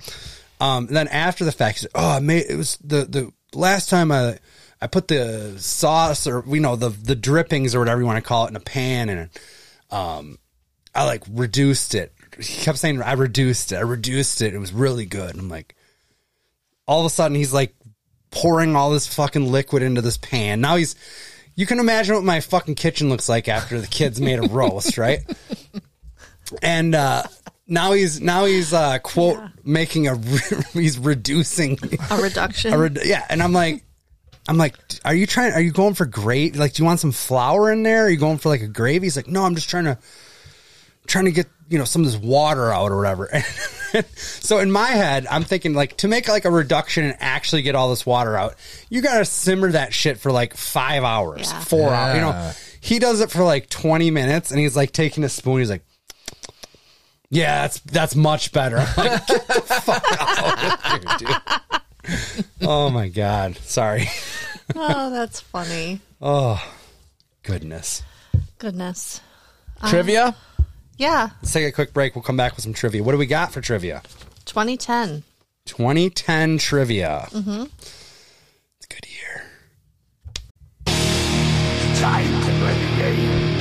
S1: Um, then after the fact, he's like, oh, I made it was the the last time I I put the sauce or you know the the drippings or whatever you want to call it in a pan and um, I like reduced it. He kept saying, I reduced it. I reduced it. It was really good. And I'm like, all of a sudden, he's like pouring all this fucking liquid into this pan. Now he's, You can imagine what my fucking kitchen looks like after the kids made a roast, right? And uh, now he's now he's uh, quote making a re- he's reducing
S3: A reduction.
S1: a red- yeah, and I'm like, I'm like, are you trying? Are you going for great? Like, do you want some flour in there? Are you going for like a gravy? He's like, no, I'm just trying to, trying to get you know some of this water out or whatever. so in my head, I'm thinking like to make like a reduction and actually get all this water out, you gotta simmer that shit for like five hours,
S3: Yeah.
S1: four hours. You
S2: Yeah.
S1: know, he does it for like 20 minutes, and he's like taking a spoon. He's like. Yeah, that's that's much better. I'm like, get the fuck out of here, dude. Oh my god. Sorry.
S3: oh, that's funny.
S1: Goodness.
S3: Goodness.
S2: Trivia?
S3: Yeah,
S1: Let's take a quick break. We'll come back with some trivia. What do we got for trivia?
S3: 2010.
S1: 2010 trivia. Mm-hmm. It's a good year.
S4: Time to play the game.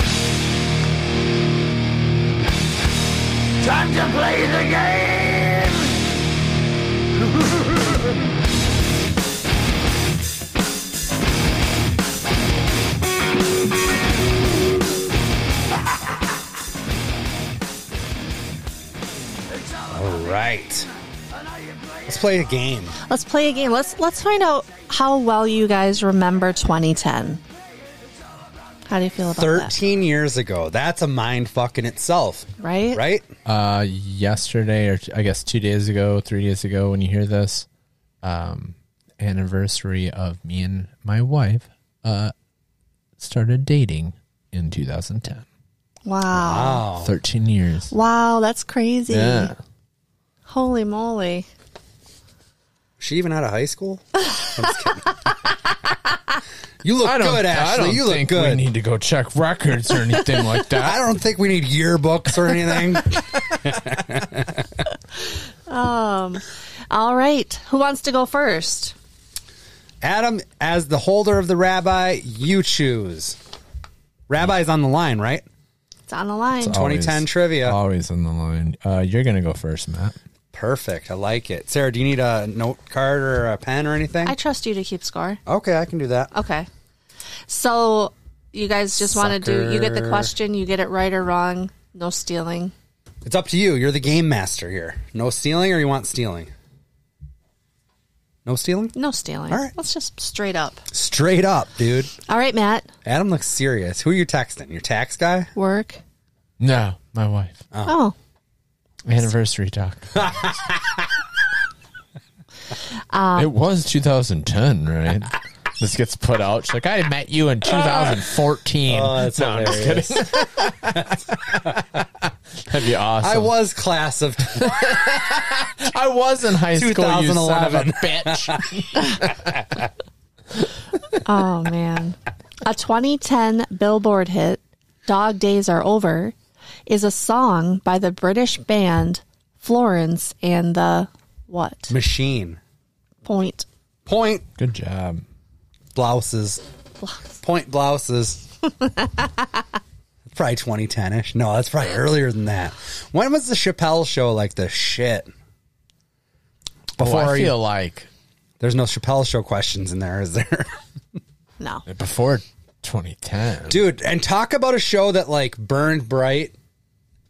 S4: Time to play the game.
S1: All right. Let's play a game.
S3: Let's play a game. Let's let's find out how well you guys remember 2010. How do you feel about that?
S1: 13 years ago. That's a mind fuck in itself.
S3: Right?
S1: Right?
S2: Uh, yesterday, or t- I guess two days ago, three days ago, when you hear this, um, anniversary of me and my wife uh, started dating in 2010.
S3: Wow.
S1: Wow.
S2: 13 years.
S3: Wow, that's crazy.
S2: Yeah.
S3: Holy moly.
S1: She even out of high school? I'm just kidding. you look
S2: I don't,
S1: good,
S2: I
S1: Ashley.
S2: don't
S1: You look
S2: think
S1: good.
S2: we need to go check records or anything like that.
S1: I don't think we need yearbooks or anything.
S3: All right. Who wants to go first?
S1: Adam, as the holder of the rabbi, you choose. Rabbi's on the line, right?
S3: It's on the line.
S1: all- 2010
S2: Always-
S1: trivia.
S2: Always on the line. Uh, you're going to go first, Matt.
S1: Perfect. I like it. Sarah, do you need a note card or a pen or anything?
S3: I trust you to keep score.
S1: okay, I can do that.
S2: Oh.
S3: Okay. So you guys just want to do you get the
S1: Sucker.
S3: question, you get it right or wrong, no stealing.
S1: It's up to you. You're the game master here. No stealing or you want stealing? No stealing?
S3: No stealing.
S1: All right.
S3: Let's just straight up.
S1: Straight up, dude.
S3: All right, Matt.
S1: Adam looks serious. Who are you texting? Your tax guy?
S3: Work.
S2: No, my wife.
S3: Oh.
S2: Anniversary talk. it was 2010, right? This gets put out. She's like, I met you in 2014.
S1: Oh,
S2: No, I'm just kidding. That'd be awesome.
S1: I was class of
S2: I was in high school. You son of a
S1: 2011.
S2: bitch.
S3: Oh man. A 2010 Billboard hit, Dog Days Are Over, is a song by the British band Florence and the what?
S1: machine.
S3: Point.
S1: Point
S2: Good job.
S1: blouses. Point blouses. probably 2010 ish. No, that's probably earlier than that. When was the Chappelle show like the shit?
S2: Before
S1: Before
S2: Oh, I
S1: you-
S2: feel like
S1: There's no Chappelle show questions in there, is there?
S3: No.
S2: before 2010.
S1: Dude, and talk about a show that like burned bright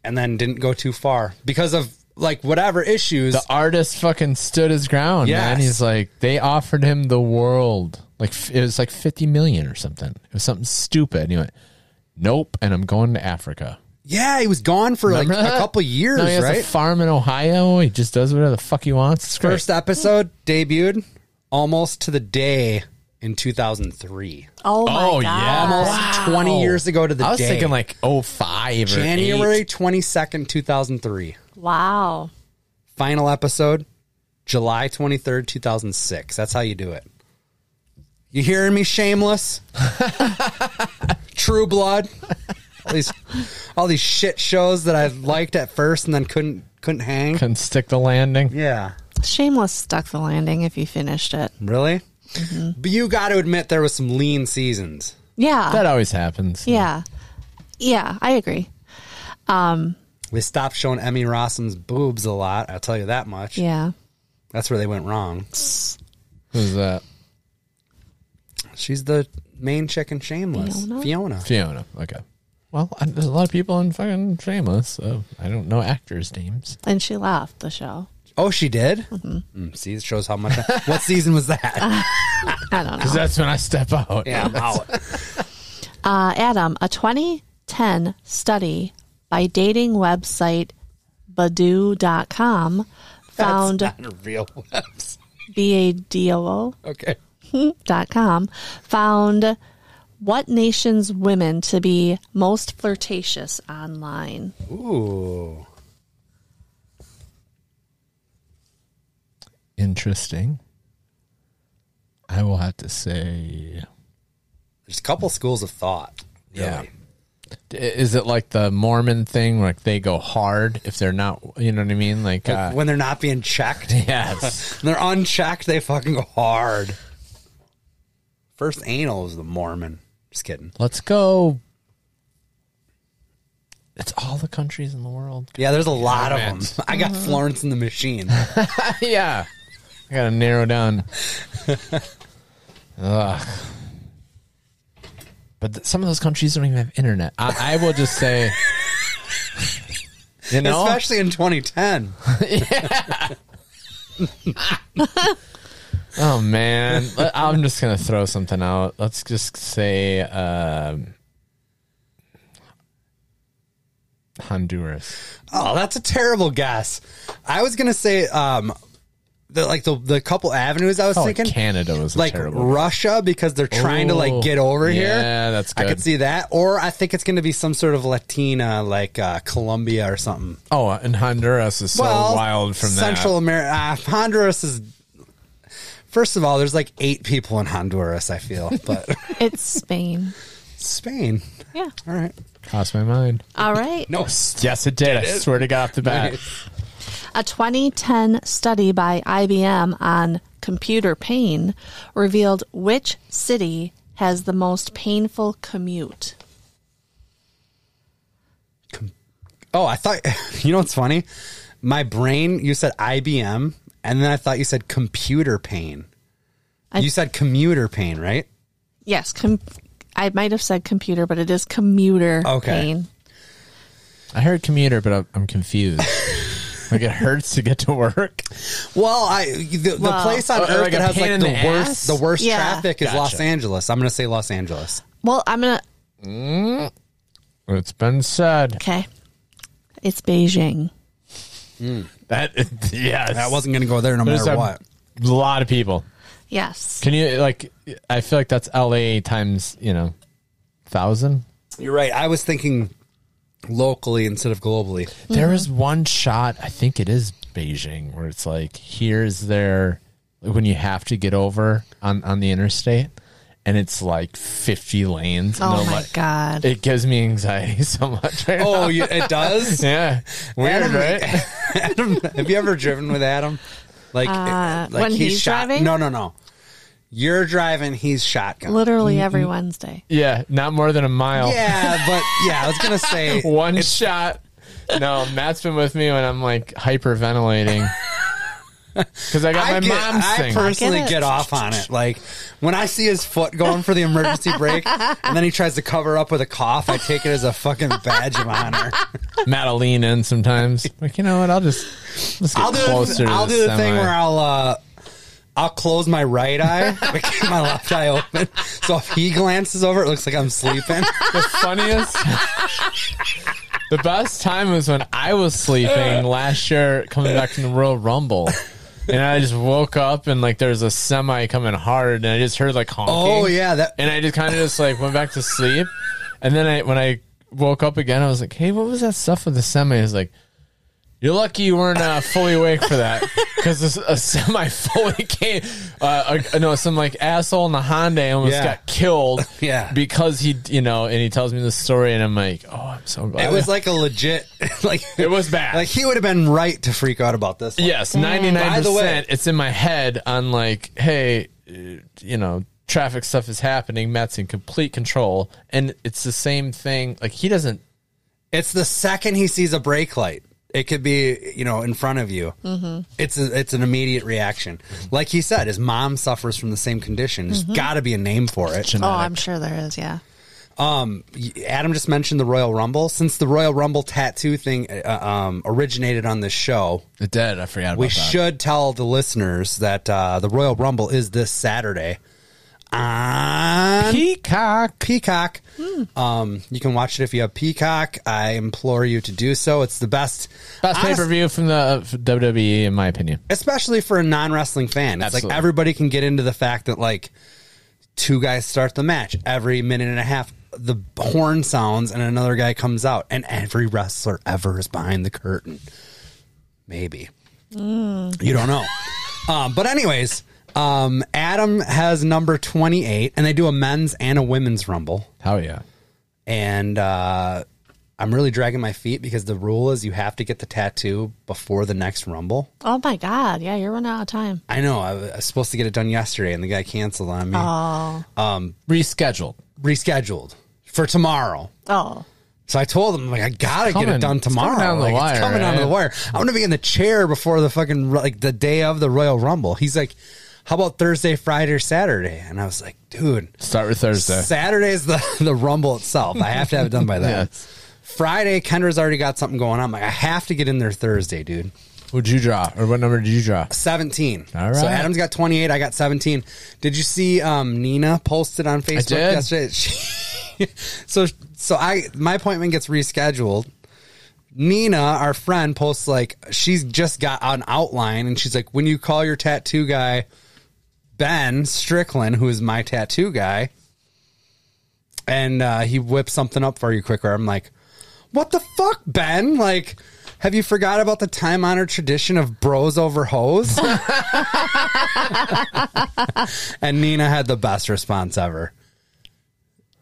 S1: and then didn't go too far because of like whatever issues.
S2: the artist fucking stood his ground,
S1: Yes.
S2: man. He's like, they offered him the world. Like f- it was like fifty million or something. It was something stupid. And he went, nope. And I'm going to Africa.
S1: yeah, he was gone for like
S2: Remember
S1: a
S2: that?
S1: couple years,
S2: Now he has a
S1: right?
S2: farm in Ohio. He just does whatever the fuck he wants. It's great.
S1: First episode debuted almost to the day in 2003.
S3: Oh my
S2: oh
S3: god.
S2: yeah,
S1: Almost 20 years ago to the
S2: I was
S1: day.
S2: thinking like oh five or
S1: January
S2: eight.
S1: 22nd, 2003.
S3: Wow.
S1: Final episode, July 23rd, 2006. That's how you do it. You hearing me, Shameless? True Blood? All these, all these shit shows that I liked at first and then couldn't couldn't hang.
S2: Couldn't stick the landing.
S1: Yeah.
S3: Shameless stuck the landing if you finished it.
S1: Really?
S2: Mm-hmm.
S1: But you got to admit there was some lean seasons.
S3: Yeah.
S2: That always happens.
S3: yeah. Yeah, I agree.
S1: They stopped showing Emmy Rossum's boobs a lot. I'll tell you that much.
S3: Yeah.
S2: uh,
S1: That's where they went wrong.
S2: Who's that?
S1: She's the main chick in Shameless?
S3: Fiona?
S1: Fiona.
S2: Fiona. Okay. Well, I, there's a lot of people in fucking Shameless. So I don't know actors' names.
S3: And she left the show.
S1: Oh, she did.
S3: Mm-hmm.
S1: Mm, see, it shows how much. I- what season was
S3: Uh,
S1: that?
S3: I don't know.
S2: That's when I step out.
S1: yeah, I'm out.
S3: Uh, Adam, a 2010 study by dating website Badoo.com found
S1: That's not a real website.
S3: B-A-D-O-O
S1: Okay.
S3: dot com found what nation's women to be most flirtatious online.
S1: Ooh.
S2: Interesting. I will have to say.
S1: There's a couple schools of thought.
S2: Yeah.
S1: really.
S2: Is it like the Mormon thing, like they go hard if they're not, you know what I mean? Like, uh,
S1: When they're not being checked,
S2: yes,
S1: When they're unchecked, they fucking go hard. First anal is the Mormon. Just kidding.
S2: let's go. It's all the countries in the world.
S1: Yeah, there's a lot of
S2: man.
S1: them. I got
S3: Mm-hmm.
S1: Florence in the Machine.
S2: yeah, I gotta narrow down. Ugh. But th- some of those countries don't even have internet. I, I will just say, you know,
S1: Especially in 2010.
S2: Oh man, Let- I'm just gonna throw something out. Let's just say um, Honduras.
S1: Oh, that's a terrible guess. I was gonna say um the like the the couple avenues I was
S2: Oh,
S1: thinking.
S2: Canada was a
S1: like
S2: terrible.
S1: Russia because they're trying to
S2: Ooh.
S1: like get over here.
S2: Yeah, that's
S1: I could
S2: good.
S1: see that. Or I think it's going to be some sort of Latina, like uh, Colombia or something.
S2: oh, and Honduras is so wild from
S1: Central
S2: that.
S1: America. Uh, Honduras is. First of all, there's like eight people in Honduras. I feel, but
S3: It's Spain.
S1: Spain.
S3: Yeah.
S1: All right.
S2: Crossed my mind.
S3: All right.
S1: No.
S2: Yes, it did. I swear to God, off the bat.
S3: A 2010 study by IBM on computer pain revealed which city has the most painful commute.
S1: Oh, I thought. You know what's funny? My brain. You said IBM, and then I thought you said computer pain.
S3: I-
S1: you said commuter pain, right?
S3: Yes, com- I might have said computer, but it is commuter
S1: Okay.
S3: pain.
S2: I heard commuter, but I'm, I'm confused. like it hurts to get to work.
S1: Well, I the, the
S3: Wow.
S1: place on
S2: Or- or
S1: earth
S2: like
S1: that
S2: a
S1: has
S2: pain
S1: like
S2: in
S1: the,
S2: the
S1: worst
S2: ass?
S1: the worst
S3: Yeah.
S1: traffic is Los
S2: Gotcha.
S1: Angeles. I'm going to say Los Angeles.
S3: Well, I'm going to.
S2: It's been said
S3: Okay. It's Beijing.
S2: that yes,
S1: I wasn't going to go there no
S2: There's
S1: matter
S2: a
S1: what.
S2: lot of people.
S3: Yes.
S2: Can you like? I feel like that's L.A. times you know, thousand.
S1: You're right. I was thinking locally instead of globally.
S2: There is
S1: Mm-hmm.
S2: one shot. I think it is Beijing where it's like here's their when you have to get over on on the interstate, and it's like fifty lanes. and
S3: Oh
S2: I'm
S3: my
S2: like-
S3: God.
S2: It gives me anxiety so much. Right now.
S1: Oh, you, it does.
S2: yeah, weird,
S1: Adam-
S2: right?
S1: Adam, have you ever driven with Adam? Like,
S3: Uh,
S1: like
S3: when he's
S1: shot-
S3: driving?
S1: No, no, no. You're driving. He's shotgun.
S3: Literally every Wednesday.
S2: yeah, not more than a mile.
S1: Yeah, but yeah, I was gonna say.
S2: one shot. No, Matt's been with me when I'm like hyperventilating. Because I got my
S1: I, get,
S2: mom's
S1: I
S2: thing.
S1: personally
S3: I get
S1: get,
S3: it.
S1: off on it. Like when I see his foot going for the emergency brake, and then he tries to cover up with a cough. I take it as a fucking badge of honor.
S2: Matt will lean in sometimes. Like, you know what? I'll just let's get
S1: I'll do.
S2: closer.
S1: The,
S2: to
S1: I'll
S2: the
S1: do the thing
S2: semi.
S1: where I'll. uh I'll close my right eye, but keep my left eye open. So if he glances over, it looks like I'm sleeping.
S2: the funniest. the best time was when I was sleeping last year, coming back from the Royal Rumble, and I just woke up and like there was a semi coming hard, and I just heard like honking.
S1: Oh yeah, that
S2: and I just kind of just like went back to sleep. And then I, when I woke up again, I was like, "Hey, what was that stuff with the semi?" I was like, "You're lucky you weren't uh, fully awake for that, because a semi fully came. Uh, uh, no, some like asshole in the Hyundai almost
S1: Yeah.
S2: got killed.
S1: Yeah.
S2: because he, you know, and he tells me the story, and I'm like, "Oh, I'm so glad."
S1: It was like a legit, like
S2: It was bad.
S1: Like he would have been right to freak out about this. One.
S2: Yes, ninety nine
S1: By the way-
S2: percent. It's in my head on like, hey, uh, you know, traffic stuff is happening. Matt's in complete control, and it's the same thing. Like he doesn't.
S1: it's the second he sees a brake light. It could be, you know, in front of you.
S3: Mm-hmm.
S1: It's a, it's an immediate reaction. Like he said, his mom suffers from the same condition. There's got to be a name for it.
S3: Mm-hmm. Oh, I'm sure there is. Yeah.
S1: Adam just mentioned the Royal Rumble. Since the Royal Rumble tattoo thing uh, um, originated on this show,
S2: It did. I forgot about
S1: we
S2: that.
S1: should tell the listeners that uh, the Royal Rumble is this Saturday on
S2: Peacock.
S1: Peacock.
S3: Hmm.
S1: Um, you can watch it if you have Peacock. I implore you to do so. It's the best,
S2: Best pay
S1: honest-
S2: per view from the uh, from WWE, in my opinion.
S1: especially for a non wrestling fan. It's
S2: Absolutely.
S1: like everybody can get into the fact that like two guys start the match every minute and a half. The horn sounds and another guy comes out, and every wrestler ever is behind the curtain. Maybe you don't know, um, but anyways, um, Adam has number twenty eight, and they do a men's and a women's rumble
S2: Hell yeah.
S1: and uh, I'm really dragging my feet because the rule is you have to get the tattoo before the next Rumble.
S3: Oh my God. Yeah, you're running out of time.
S1: I know I was I was supposed to get it done yesterday, and the guy canceled on me,
S3: Oh.
S2: Rescheduled.
S1: rescheduled for tomorrow.
S3: Oh.
S1: So I told him like I gotta get
S2: coming-
S1: it done
S2: it's coming
S1: tomorrow.
S2: down the
S1: Like,
S2: wire,
S1: it's coming down
S2: right?
S1: the wire. I'm gonna be in the chair before the fucking ru- like the day of the Royal Rumble. He's like, "How about Thursday, Friday, or Saturday?" And I was like, "Dude,
S2: Start with Thursday.
S1: Saturday's the the Rumble itself. I have to have it done by that.
S2: Yes.
S1: Friday, Kendra's already got something going on. I'm like, I have to get in there Thursday, dude.
S2: Who'd you draw? Or what number did you draw?
S1: 17.
S2: All
S1: So
S2: right.
S1: Adam's got 28. I got 17. Did you see um, Nina posted on Facebook
S2: did.
S1: yesterday? She- so so I my appointment gets rescheduled. Nina, our friend, posts like she's just got an outline and she's like, when you call your tattoo guy Ben Strickland, who is my tattoo guy, and uh, he whips something up for you quicker. I'm like, what the fuck, Ben? Like, have you forgot about the time honored tradition of bros over hoes? and Nina had the best response ever.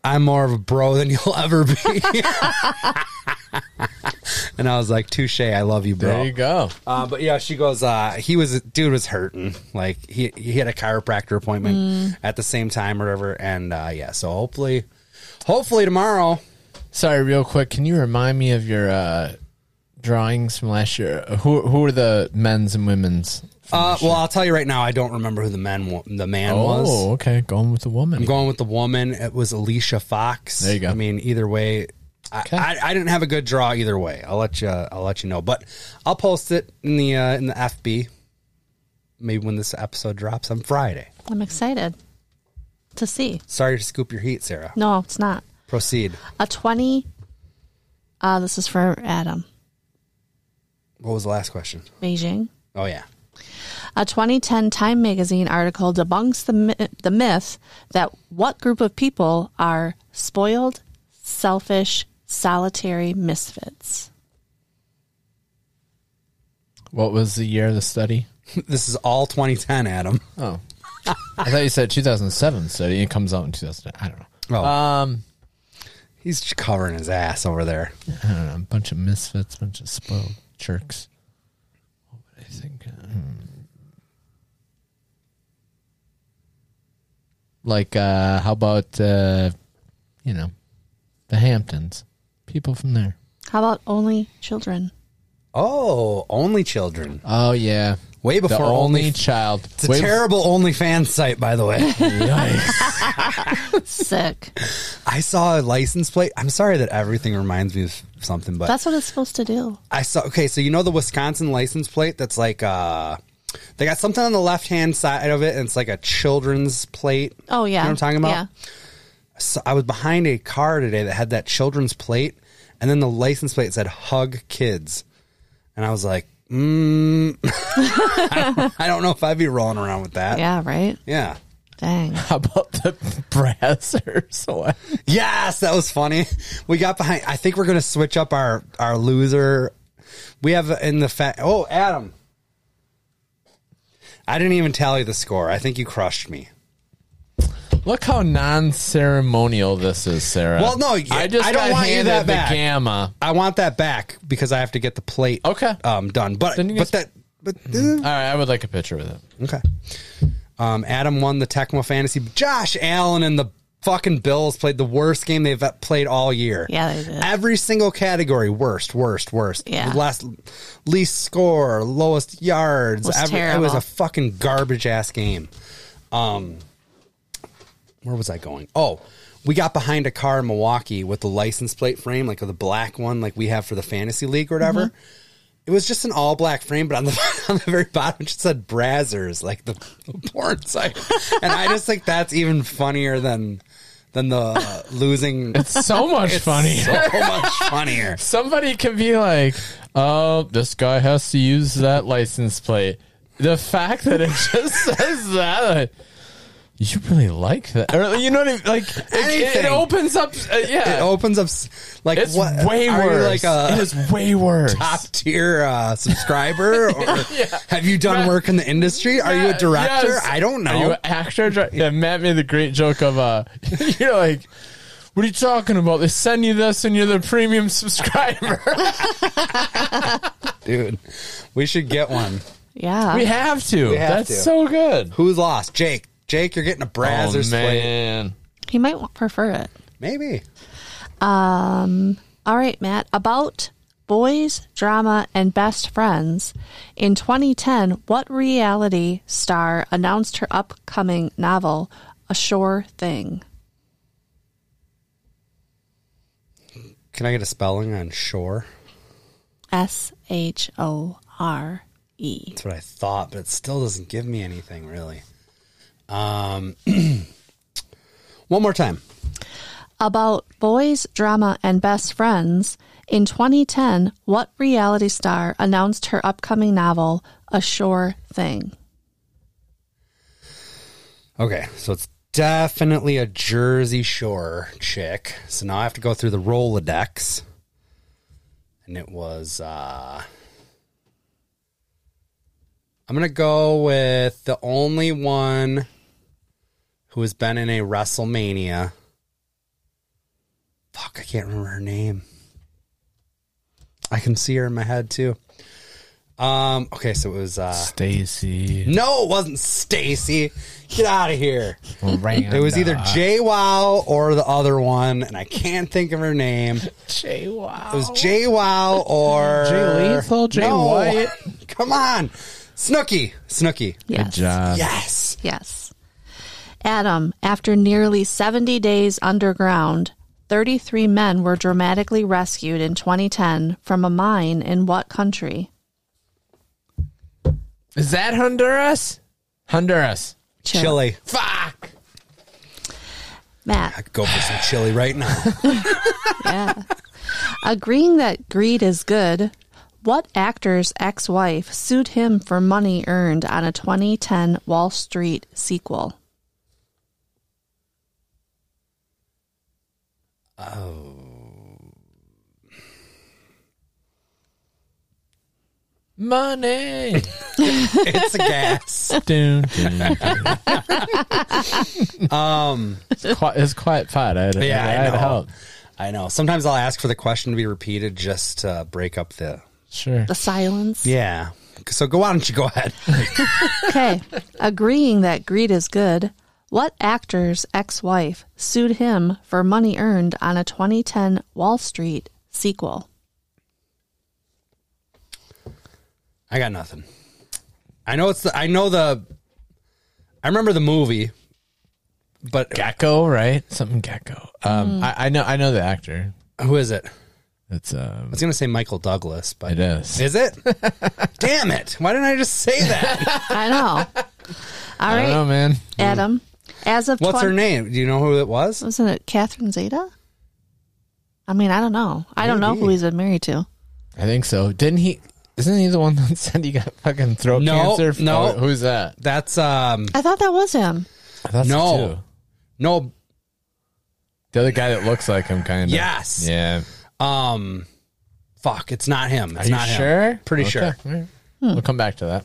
S1: I'm more of a bro than you'll ever be. and I was like, touche, I love you, bro.
S2: There you go.
S1: Uh, but yeah, she goes. Uh, he was dude was hurting. Like he he had a chiropractor appointment at the same time or whatever. And uh, yeah, so hopefully, hopefully tomorrow.
S2: Sorry, real quick. Can you remind me of your uh, drawings from last year? Who who were the men's and women's?
S1: Uh, well, I'll tell you right now. I don't remember who the man wa- the man was.
S2: Oh, okay. Going with the woman.
S1: I'm going with the woman. It was Alicia Fox.
S2: There you go.
S1: I mean, either way, I,
S2: Okay.
S1: I, I didn't have a good draw either way. I'll let you. I'll let you know. But I'll post it in the uh, in the FB. Maybe when this episode drops on Friday.
S3: I'm excited to see.
S1: Sorry to scoop your heat, Sarah.
S3: No, it's not.
S1: Proceed.
S3: A 20. Uh, this is for Adam.
S1: What was the last question?
S3: Beijing.
S1: Oh yeah.
S3: A 2010 Time magazine article debunks the, my- the myth that what group of people are spoiled, selfish, solitary misfits.
S2: What was the year of the study?
S1: This is all 2010, Adam.
S2: Oh, I thought you said 2007 study. It comes out in 2000. I don't know.
S1: Oh,
S2: Um,
S1: he's covering his ass over there.
S2: I don't know. A bunch of misfits, bunch of spoiled jerks. What would I think? Hmm. Like, uh, how about, uh, you know, the Hamptons? People from there.
S3: How about only children?
S1: Oh, only children.
S2: Oh, yeah.
S1: Way
S2: The
S1: before
S2: only,
S1: only.
S2: child.
S1: it's a terrible OnlyFans site, by the way.
S3: Sick.
S1: I saw a license plate. I'm sorry that everything reminds me of something, but
S3: That's what it's supposed to do.
S1: I saw. Okay, so you know the Wisconsin license plate that's like uh, they got something on the left hand side of it, and it's like a children's plate.
S3: Oh, yeah.
S1: you know what I'm talking about.
S3: Yeah.
S1: So I was behind a car today that had that children's plate, and then the license plate said "Hug Kids," and I was like, mm, I, don't, I don't know if I'd be rolling around with that.
S3: Yeah, right?
S1: Yeah.
S3: Dang.
S2: How about the Brazzers? What?
S1: Yes, that was funny. We got behind. I think we're gonna switch up our our loser. We have in the fact. Oh, Adam. I didn't even tally the score. I think you crushed me.
S2: Look how non-ceremonial this is, Sarah.
S1: Well, no,
S2: I just
S1: I don't
S2: got
S1: want you
S2: handed
S1: that
S2: the
S1: back.
S2: gamma.
S1: I want that back because I have to get the plate.
S2: Okay.
S1: Um, done. But
S2: Then you
S1: but
S2: guys-
S1: that but
S2: All right, I would like a picture with it.
S1: Okay. Um, Adam won the Tecmo Fantasy. Josh Allen and the fucking Bills played the worst game they've played all year.
S3: Yeah, they did.
S1: Every single category, worst, worst, worst.
S3: Yeah.
S1: Last, least score, lowest yards.
S3: Was
S1: Every- it was
S3: terrible.
S1: a fucking garbage ass game. Um, where was I going? Oh, we got behind a car in Milwaukee with the license plate frame, like the black one, like we have for the fantasy league or whatever.
S2: Mm-hmm.
S1: It was just an all black frame, but on the on the very bottom it just said Brazzers, like the, the porn site. And I just think that's even funnier than than the uh, losing.
S2: So much funny.
S1: So much funnier.
S2: Somebody could be like, "Oh, this guy has to use that license plate." The fact that it just says that, like, you really like that, or you know what I mean? Like, it, it,
S1: Anything.
S2: it opens up. uh, yeah,
S1: It opens up s- like
S2: it's
S1: what
S2: way
S1: are you, Like
S2: worse.
S1: a,
S2: it is way worse.
S1: top tier uh, subscriber? Or have you done work in the industry? Are you a
S2: Matt,
S1: director?
S2: yes.
S1: I don't
S2: Are you
S1: know.
S2: an actor? Dir- Yeah, Matt made the great joke of, uh, you're like, what are you talking about? They send you this and you're the premium subscriber.
S1: Dude, we should get one.
S3: Yeah.
S2: we have to.
S1: have
S2: That's
S1: to.
S2: so good.
S1: Who's lost? Jake. Jake, you're getting a
S2: Oh,
S1: Brazzers plate.
S3: he might wa- prefer it.
S1: Maybe.
S3: Um, all right, Matt. About boys, drama, and best friends. In 2010, what reality star announced her upcoming novel, A Sure Thing?
S1: Can I get a spelling on shore?
S3: S H O R E.
S1: That's what I thought, but it still doesn't give me anything really. Um, one more time.
S3: About boys, drama, and best friends. In 2010, what reality star announced her upcoming novel, A Sure Thing?
S1: Okay, so it's definitely a Jersey Shore chick. So now I have to go through the Rolodex. And it was uh I'm going to go with the only one who has been in a WrestleMania. Fuck, I can't remember her name. I can see her in my head too. Um okay, so it was uh
S2: Stacy.
S1: no, it wasn't Stacy. Get out of here.
S2: It
S1: It was either
S2: uh,
S1: Jay Wow or the other one, and I can't think of her name.
S2: Jay
S1: It was Jay Wow or
S2: Jay Lethal, Jay Wyatt.
S1: Come on, Snooky, Snooky.
S3: Yes.
S2: Uh,
S1: Yes,
S3: Yes. Adam, after nearly 70 days underground, 33 men were dramatically rescued in 2010 from a mine in what country?
S2: Is that Honduras? Honduras.
S3: Chile.
S1: chili.
S2: Fuck.
S1: I
S3: Matt,
S1: could go for some chili right now.
S3: yeah. Agreeing that greed is good, what actor's ex wife sued him for money earned on a 2010 Wall Street sequel?
S2: Money.
S1: it's a gas.
S2: dun, dun, dun.
S1: Um,
S2: It's qui- it's quiet pot. I'd,
S1: Yeah, I
S2: I'd
S1: know.
S2: help.
S1: I know. Sometimes I'll ask for the question to be repeated just to break up the.
S2: Sure.
S3: The silence.
S1: Yeah. So go on, don't you go ahead.
S3: Okay. Agreeing that greed is good, what actor's ex wife sued him for money earned on a 2010 Wall Street sequel?
S1: I got nothing. I know it's the, I know the I remember the movie, but
S2: Gecko, right? Something gecko. Um, I, I know. I know the actor.
S1: who is it? I
S2: It's um.
S1: was gonna say Michael Douglas, but
S2: It is.
S1: Is it? Damn it! Why didn't I just say that?
S3: I know. All
S2: I don't know,
S3: right,
S2: man.
S3: Adam. As of
S1: What's her
S3: 20
S1: name? Do you know who it was?
S3: Wasn't it Catherine Zeta? I mean, I don't know. I don't know who
S1: Maybe.
S3: he's been married to.
S2: I think so. Didn't he? Isn't he the one that said he got fucking throat
S1: No,
S2: cancer?
S1: no.
S2: Oh, who's that?
S1: That's um
S3: I thought that was him.
S2: That's
S1: No.
S2: two.
S1: no
S2: The other guy that looks like him, kind of.
S1: Yes.
S2: Yeah.
S1: um fuck. It's not him. It's
S2: Are you
S1: not him.
S2: sure? Hmm.
S1: Pretty
S2: Okay.
S1: sure.
S2: All right. We'll come back to that.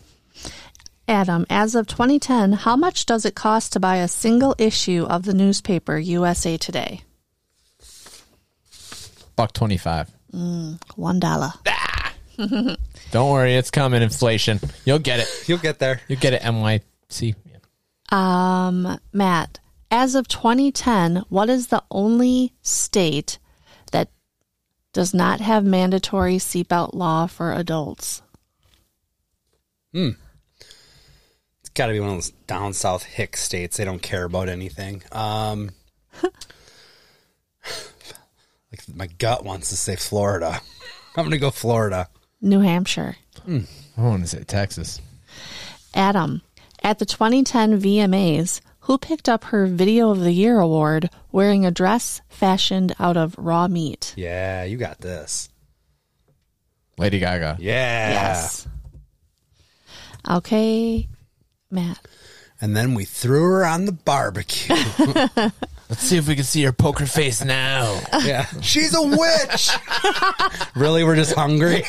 S3: Adam, as of 2010, how much does it cost to buy a single issue of the newspaper USA Today?
S2: Buck twenty five.
S3: One dollar.
S2: Don't worry, it's coming. Inflation. You'll get it.
S1: You'll get there.
S2: You'll get it. NYC.
S3: Um, Matt, as of 2010, what is the only state that does not have mandatory seatbelt law for adults?
S1: It's got to be one of those down south hick states. They don't care about anything. Um, like my gut wants to say Florida. I'm gonna go Florida.
S3: New Hampshire.
S2: I want to say Texas.
S3: Adam, at the 2010 VMAs, who picked up her Video of the Year award wearing a dress fashioned out of raw meat?
S1: Yeah, you got this.
S2: Lady Gaga.
S1: Yeah.
S3: Yes. Okay, Matt.
S1: And then we threw her on the barbecue.
S2: Let's see if we can see her poker face now.
S1: yeah. She's a witch. really, we're just hungry.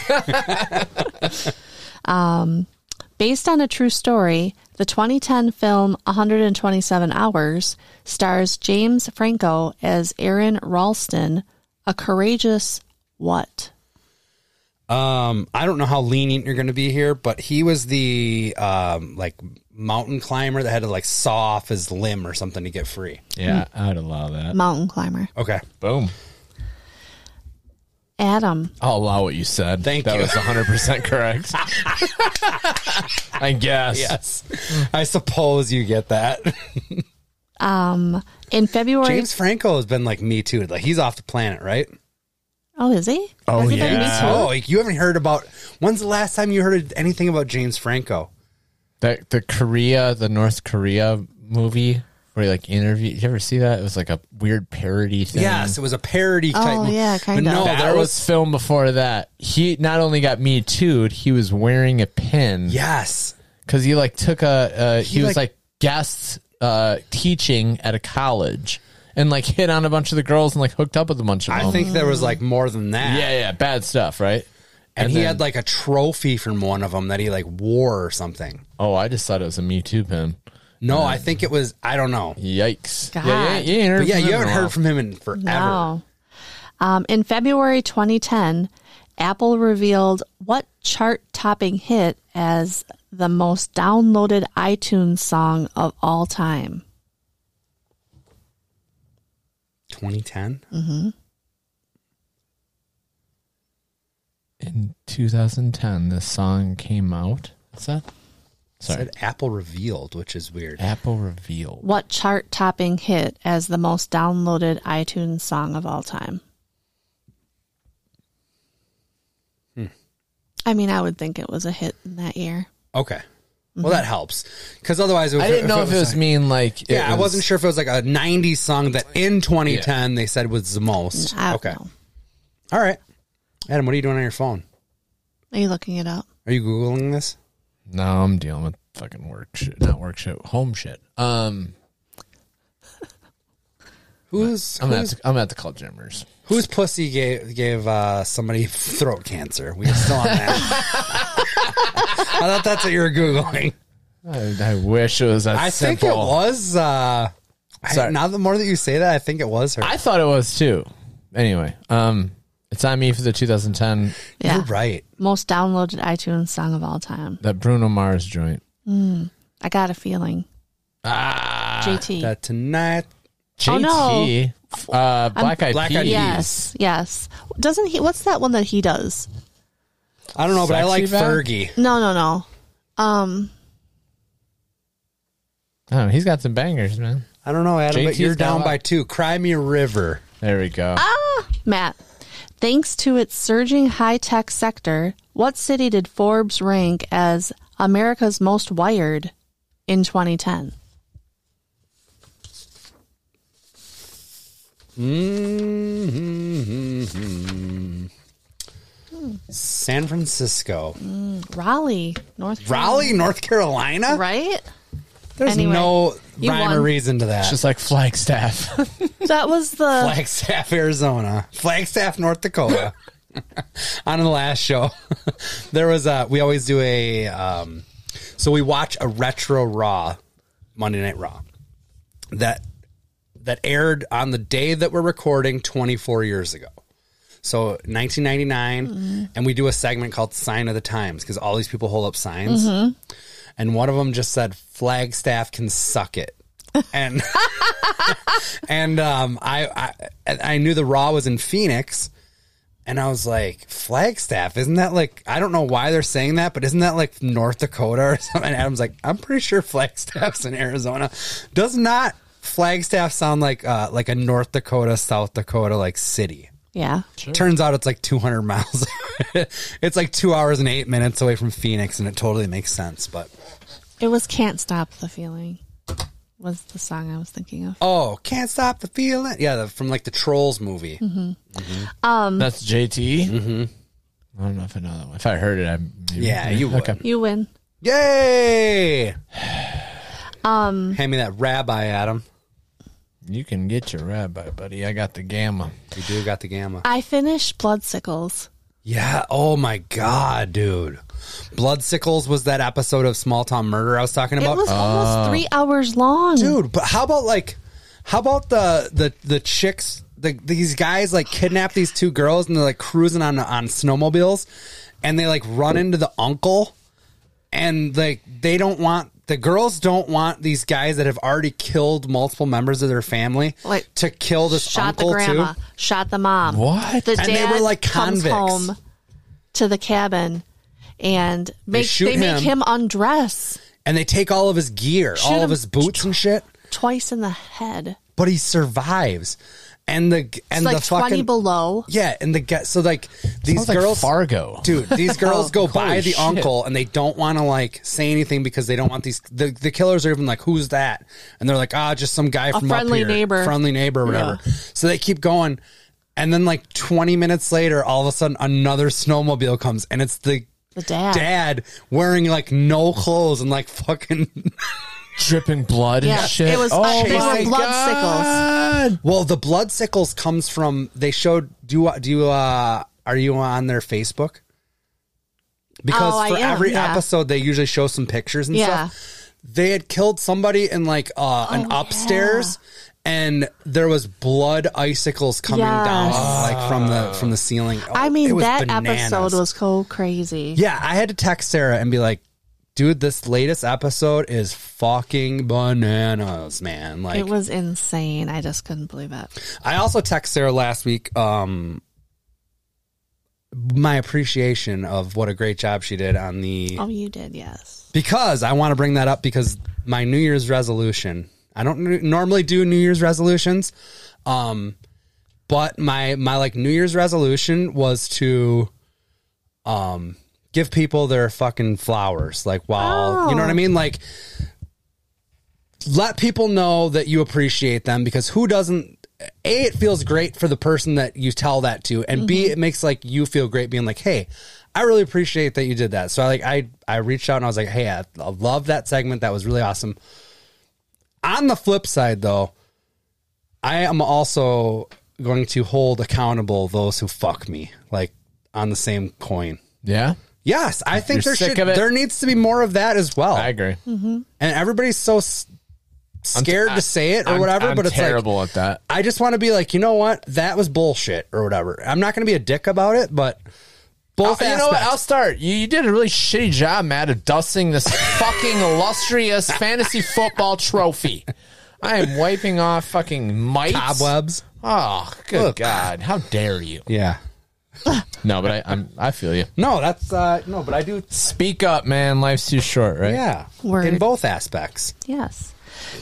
S3: Based on a true story, the 2010 film 127 Hours stars James Franco as Aaron Ralston, a courageous what?
S1: Um, I don't know how lenient you're going to be here, but he was the um like mountain climber that had to like saw off his limb or something to get free.
S2: Yeah, I'd allow that.
S3: Mountain climber.
S1: Okay.
S2: Boom.
S3: Adam,
S2: I'll allow what you said.
S1: Thank
S2: that
S1: you.
S2: That was 100 percent correct. I guess.
S1: Yes. I suppose you get that.
S3: um, in February.
S1: James Franco has been like me too. Like he's off the planet, right?
S3: oh, is he?
S2: Oh,
S3: Has he been
S2: yeah.
S3: Me Too?
S1: Oh, like, you haven't heard about when's the last time you heard anything about James Franco?
S2: The the Korea, the North Korea movie where he like interview. You ever see that? It was like a weird parody thing.
S1: Yes, it was a parody type.
S3: Oh, yeah,
S1: But
S3: kinda.
S1: No,
S2: That
S1: there
S2: was,
S1: was
S2: filmed before that. He not only got me too, he was wearing a pin.
S1: yes.
S2: because he like took a uh,
S1: He,
S2: he, was
S1: like-
S2: like, guest uh, teaching at a college and like hit on a bunch of the girls and like hooked up with a bunch of them.
S1: I think there was like more than that.
S2: yeah, yeah, bad stuff, right?
S1: And, he
S2: then-
S1: had like a trophy from one of them that he like wore or something.
S2: oh, I just thought it was a Me Too pin.
S1: No, I think it was. I don't know.
S2: Yikes!
S3: God.
S2: Yeah, yeah, you ain't heard
S1: But yeah,
S2: from
S1: you
S2: him
S1: haven't
S2: in a while.
S1: heard from him in forever.
S3: No. Um, in February 2010, Apple revealed what chart topping hit as the most downloaded iTunes song of all time.
S1: 2010.
S2: in 2010. This song came out. What's that?
S1: It
S2: Sorry,
S1: said Apple revealed, which is weird.
S2: Apple Reveal.
S3: What chart topping hit as the most downloaded iTunes song of all time?
S1: Hmm.
S3: I mean, I would think it was a hit in that year.
S1: Okay. Well, that helps because otherwise,
S2: I didn't know if it was
S1: like-
S2: mean like it
S1: Yeah, I
S2: was-
S1: wasn't sure if it was like a '90s song that in 2010 they said was the most.
S3: I don't
S1: okay,
S3: know.
S1: all right, Adam, what are you doing on your phone?
S3: Are you looking it up?
S1: Are you googling this?
S2: No, I'm dealing with fucking work shit, not work shit, home shit. Um,
S1: Who's
S2: I'm gonna have
S1: who's,
S2: to, I'm gonna have to call Jimmers.
S1: whose pussy gave gave uh, somebody throat cancer? We're still on that. I thought that's what you were googling.
S2: I, I wish it was that
S1: I
S2: simple.
S1: think it was. Uh, I-
S2: Sorry.
S1: now the more that you say that, I think it was her.
S2: I thought it was too. Anyway, um, it's on me for the 2010
S3: Yeah.
S1: You're right.
S3: Most downloaded iTunes song of all time.
S2: that Bruno Mars joint.
S3: I got a feeling. Ah, JT.
S1: That tonight.
S2: JT, uh, Black Eyed
S1: Black Eyed
S2: Peas.
S1: Peas.
S3: yes, yes. Doesn't he? What's that one that he does?
S1: I don't know, but I
S2: Sexy
S1: like
S2: back?
S1: Fergie.
S3: No, no, no. Um,
S2: Oh, he's got some bangers, man.
S1: I don't know, Adam, but
S2: JT's
S1: you're
S2: got a
S1: down
S2: lot.
S1: by two. Cry me a river.
S2: There we go.
S3: Oh. Matt. Thanks to its surging high tech sector, what city did Forbes rank as America's most wired in 2010?
S1: San Francisco.
S3: Raleigh, North. Carolina.
S1: Raleigh, North Carolina?
S3: right?
S1: There's
S3: Anyway,
S1: no
S3: you
S1: rhyme or
S3: won.
S1: reason to that.
S2: It's just like Flagstaff.
S3: That was the
S1: Flagstaff, Arizona. Flagstaff, North Dakota. On the last show, there was a, we always do a, um, so we watch a retro Raw, Monday Night Raw, that, that aired on the day that we're recording 24 years ago. So 1999, and we do a segment called Sign of the Times because all these people hold up signs. And one of them just said, Flagstaff can suck it. and and um, I, I I knew the Raw was in Phoenix, and I was like, Flagstaff, isn't that like? I don't know why they're saying that, but isn't that like North Dakota or something? And Adam's like, I'm pretty sure Flagstaff's in Arizona. Does not Flagstaff sound like uh, like a North Dakota, South Dakota like city?
S3: Yeah.
S1: Turns out it's like 200 miles. it's like two hours and eight minutes away from Phoenix, and it totally makes sense. But
S3: It was Can't Stop the Feeling, was the song I was thinking of.
S1: oh, can't stop the feeling. Yeah, the, from like the Trolls movie.
S3: Um,
S2: That's JT. Mm-hmm. I don't know if I know that one. If I heard it, I maybe,
S1: Yeah, you would.
S3: You win.
S1: Yay! Um, hand me that rabbi, Adam.
S2: You can get your rabbi, buddy. I got the gamma.
S1: You do got the gamma.
S3: I finished Bloodsickles.
S1: Yeah. Oh my god, dude. Blood sickles was that episode of Small Town Murder I was talking
S3: It
S1: about.
S3: was almost three hours long.
S1: dude but how about like how about the the the chicks the, these guys like kidnap these two girls and they're like cruising on on snowmobiles and they like run into the uncle and like they don't want the girls don't want these guys that have already killed multiple members of their family
S3: Like,
S1: to kill this
S3: Shot the
S1: uncle
S3: grandma.
S1: too
S3: Shot the mom.
S2: What?
S3: The
S1: And
S3: dad
S1: they were, like,
S3: comes
S1: convicts.
S3: home to the cabin and make,
S1: shoot
S3: they make
S1: him.
S3: him undress
S1: and they take all of his gear
S3: Shoot
S1: all of
S3: him.
S1: his boots and shit
S3: twice in the head.
S1: but he survives and the
S3: It's
S1: and
S3: like
S1: the fucking
S3: 20 below.
S1: yeah and the guy so like these
S2: Sounds like
S1: girls
S2: Fargo.
S1: dude these girls go by
S2: Holy
S1: the
S2: shit.
S1: uncle and they don't want to like say anything because they don't want these the, the killers are even like who's that and they're like ah just some guy from
S3: friendly
S1: up here,
S3: neighbor.
S1: friendly neighbor or whatever so they keep going and then like 20 minutes later all of a sudden another snowmobile comes and it's the
S3: The dad.
S1: dad wearing like no clothes and like fucking
S2: Dripping blood
S3: Yeah,
S2: and shit. Oh
S3: it was- uh, they
S1: were
S3: blood
S2: sickles.
S1: well the blood sickles comes from they showed do you do you uh are you on their facebook because
S3: Oh, I
S1: for
S3: am,
S1: every
S3: yeah.
S1: episode they usually show some pictures and
S3: Yeah.
S1: stuff they had killed somebody in like uh, an
S3: Oh,
S1: upstairs and there was blood icicles coming down
S3: Yes.
S1: like from the from the ceiling Oh,
S3: I
S1: it
S3: mean,
S1: was
S3: that
S1: bananas.
S3: episode was so crazy.
S1: yeah i had to text sarah and be like dude this latest episode is fucking bananas man like
S3: It was insane. I just couldn't believe it.
S1: I also texted Sarah last week um my appreciation of what a great job she did on the
S3: Oh, you did, yes.
S1: because I want to bring that up because my New Year's resolution. I don't n- normally do New Year's resolutions. Um but my my like New Year's resolution was to um give people their fucking flowers like while you know what I mean like let people know that you appreciate them because who doesn't a it feels great for the person that you tell that to and b it makes like you feel great being like hey i really appreciate that you did that so i like i i reached out and i was like hey i, I love that segment that was really awesome on the flip side though i am also going to hold accountable those who fuck me like on the same coin
S2: Yeah,
S1: yes i think
S2: You're
S1: there
S2: sick
S1: should
S2: of it?
S1: there needs to be more of that as well
S2: I agree.
S3: Mm-hmm.
S1: and everybody's so s- scared to say it or
S2: I'm-
S1: whatever.
S2: I'm
S1: but it's
S2: terrible
S1: like
S2: at that.
S1: I just want to be like, you know what? That was bullshit or whatever. I'm not going to be a dick about it, but both.
S2: you know what?
S1: aspects-
S2: I'll start. You, you did a really shitty job, Matt, of dusting this fucking illustrious fantasy football trophy. I am wiping off fucking mites.
S1: Cobwebs.
S2: Oh, good
S1: Look.
S2: God! How dare you?
S1: Yeah.
S2: No, but I, I'm. I feel you.
S1: No, that's uh no, but I do.
S2: Speak up, man. Life's too short, right?
S1: Yeah.
S3: Word.
S1: In both aspects,
S3: Yes.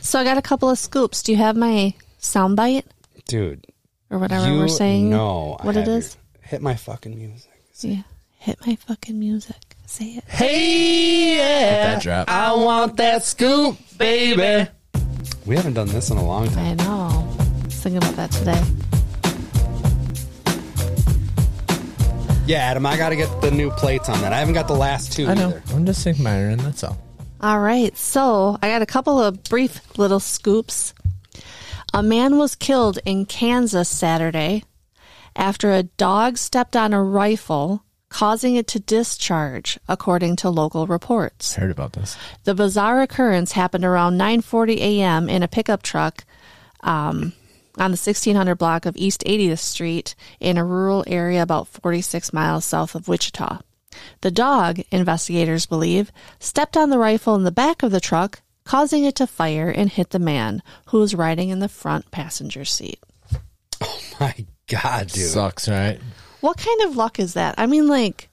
S3: So I got a couple of scoops. Do you have my soundbite
S1: dude.
S3: or whatever
S1: you
S3: we're saying?
S1: know I
S3: what it
S1: have your-
S3: is?
S1: Hit my fucking music.
S3: Yeah. Hit my fucking music. Say it.
S1: Hey, yeah,
S2: That drop.
S1: I want that scoop, baby. We haven't done this in a long time.
S3: I know. I was thinking about that today.
S1: Yeah, Adam, I got to get the new plates on that. I haven't got the last two
S2: I know.
S1: either.
S2: I'm just admiring. That's all.
S3: All right. So I got a couple of brief little scoops. A man was killed in Kansas Saturday after a dog stepped on a rifle, causing it to discharge, according to local reports.
S2: Heard about this.
S3: The bizarre occurrence happened around 9:40 a.m. in a pickup truck um, on the 1600 block of East 80th Street in a rural area about 46 miles south of Wichita. The dog, investigators believe, stepped on the rifle in the back of the truck, causing it to fire and hit the man who was riding in the front passenger seat.
S1: My God, dude.
S2: Sucks, right?
S3: What kind of luck is that? I mean, like,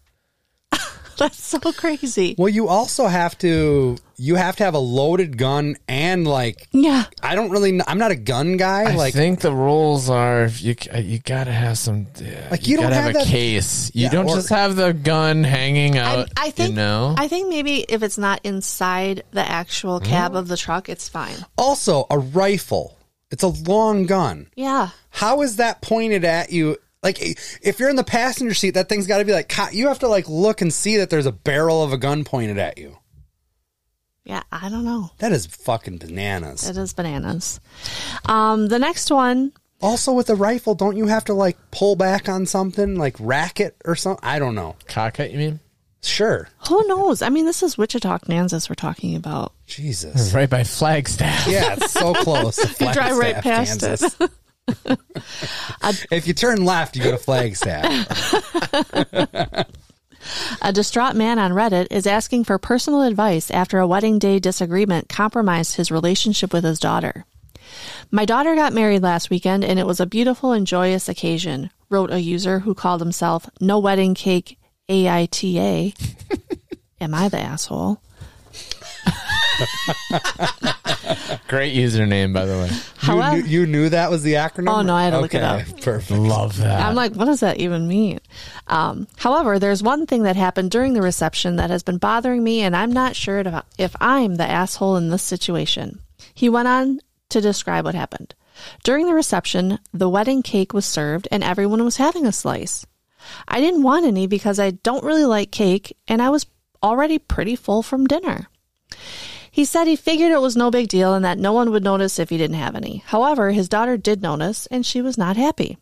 S3: that's so crazy.
S1: Well, you also have to you have to have a loaded gun and like
S3: Yeah.
S1: I don't really kn- I'm not a gun guy.
S2: I
S1: like
S2: think the rules are if you c- you gotta have some uh,
S1: Like,
S2: you,
S1: you don't
S2: gotta have,
S1: have
S2: a
S1: that-
S2: case. You
S1: Yeah,
S2: don't
S1: or-
S2: just have the gun hanging
S3: I,
S2: out.
S3: I think
S2: you know. Hmm?
S3: I think maybe if it's not inside the actual cab of the truck, it's fine.
S1: also a rifle. It's a long gun.
S3: Yeah.
S1: How is that pointed at you? Like if you're in the passenger seat, that thing's got to be like co- you have to like look and see that there's a barrel of a gun pointed at you.
S3: Yeah, I don't know.
S1: That is fucking bananas.
S3: It is bananas. Um, the next one,
S1: Also with a rifle, don't you have to like pull back on something like rack it or something? I don't know.
S2: Cock it, you mean?
S1: Sure.
S3: who knows? I mean, this is Wichita, Kansas we're talking about.
S1: Jesus.
S2: Right by Flagstaff.
S1: Yeah, it's so close. You
S3: drive right past
S1: it. if you turn left, you go to Flagstaff.
S3: A distraught man on Reddit is asking for personal advice after a wedding day disagreement compromised his relationship with his daughter. My daughter got married last weekend and it was a beautiful and joyous occasion, wrote a user who called himself No Wedding Cake AITA. Am I the asshole?
S2: Great username, by the way.
S1: You,
S3: However,
S1: knew, you knew that was the acronym?
S3: Oh, no, I had to look it up.
S1: Perfect.
S2: Love that.
S3: I'm like, what does that even mean? Um, however, there's one thing that happened during the reception that has been bothering me, and I'm not sure if- if I'm the asshole in this situation. He went on to describe what happened. During the reception, the wedding cake was served, and everyone was having a slice. I didn't want any because I don't really like cake, and I was already pretty full from dinner. He said he figured it was no big deal and that no one would notice if he didn't have any. However, his daughter did notice and she was not happy.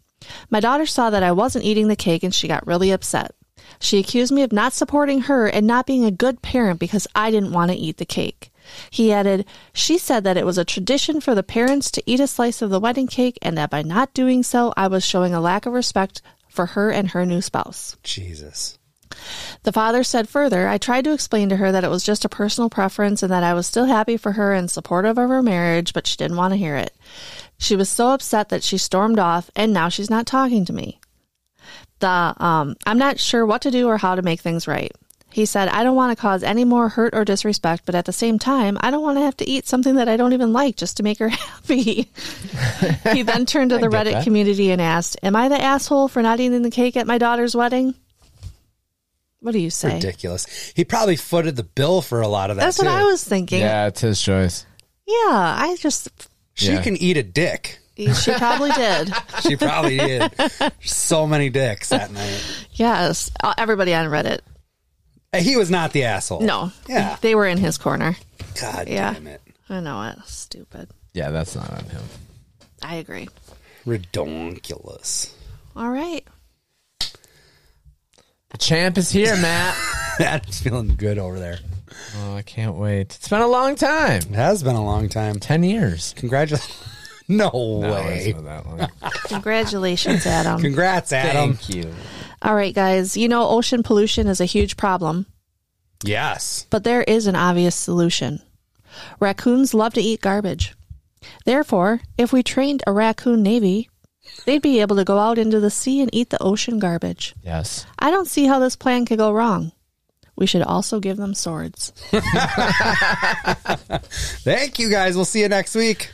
S3: My daughter saw that I wasn't eating the cake and she got really upset. She accused me of not supporting her and not being a good parent because I didn't want to eat the cake. He added, She said that it was a tradition for the parents to eat a slice of the wedding cake and that by not doing so, I was showing a lack of respect for her and her new spouse.
S1: Jesus.
S3: The father said further, I tried to explain to her that it was just a personal preference and that I was still happy for her and supportive of her marriage, but she didn't want to hear it. She was so upset that she stormed off and now she's not talking to me. The um I'm not sure what to do or how to make things right. He said, I don't want to cause any more hurt or disrespect, but at the same time, I don't want to have to eat something that I don't even like just to make her happy. he then turned to the
S2: get
S3: Reddit
S2: that.
S3: community and asked, Am I the asshole for not eating the cake at my daughter's wedding? What do you say?
S1: Ridiculous. He probably footed the bill for a lot of that.
S3: That's what
S1: too.
S3: I was thinking. Yeah,
S2: yeah, it's his choice.
S3: I just
S1: She
S2: Yeah.
S1: can eat a dick.
S3: she probably did.
S1: She probably did. So many dicks that night.
S3: Yes, Uh, everybody on Reddit.
S1: And He was not the asshole.
S3: No,
S1: Yeah.
S3: they were in his corner.
S1: God
S3: Yeah.
S1: damn it.
S3: I know it. Stupid.
S2: Yeah, that's not on him.
S3: I agree.
S1: Redonkulous.
S3: All right.
S2: The champ is here, Matt.
S1: That's feeling good over there.
S2: oh, I can't wait. It's been a long time.
S1: It has been a long time.
S2: Ten years.
S1: Congratulations. No way.
S2: it's not that long.
S3: Congratulations, Adam.
S1: Congrats, Adam.
S2: Thank you.
S3: All right, guys. You know, ocean pollution is a huge problem,
S1: Yes.
S3: but there is an obvious solution. Raccoons love to eat garbage. Therefore, if we trained a raccoon navy, they'd be able to go out into the sea and eat the ocean garbage.
S2: Yes.
S3: I don't see how this plan could go wrong. We should also give them swords.
S1: Thank you guys. We'll see you next week.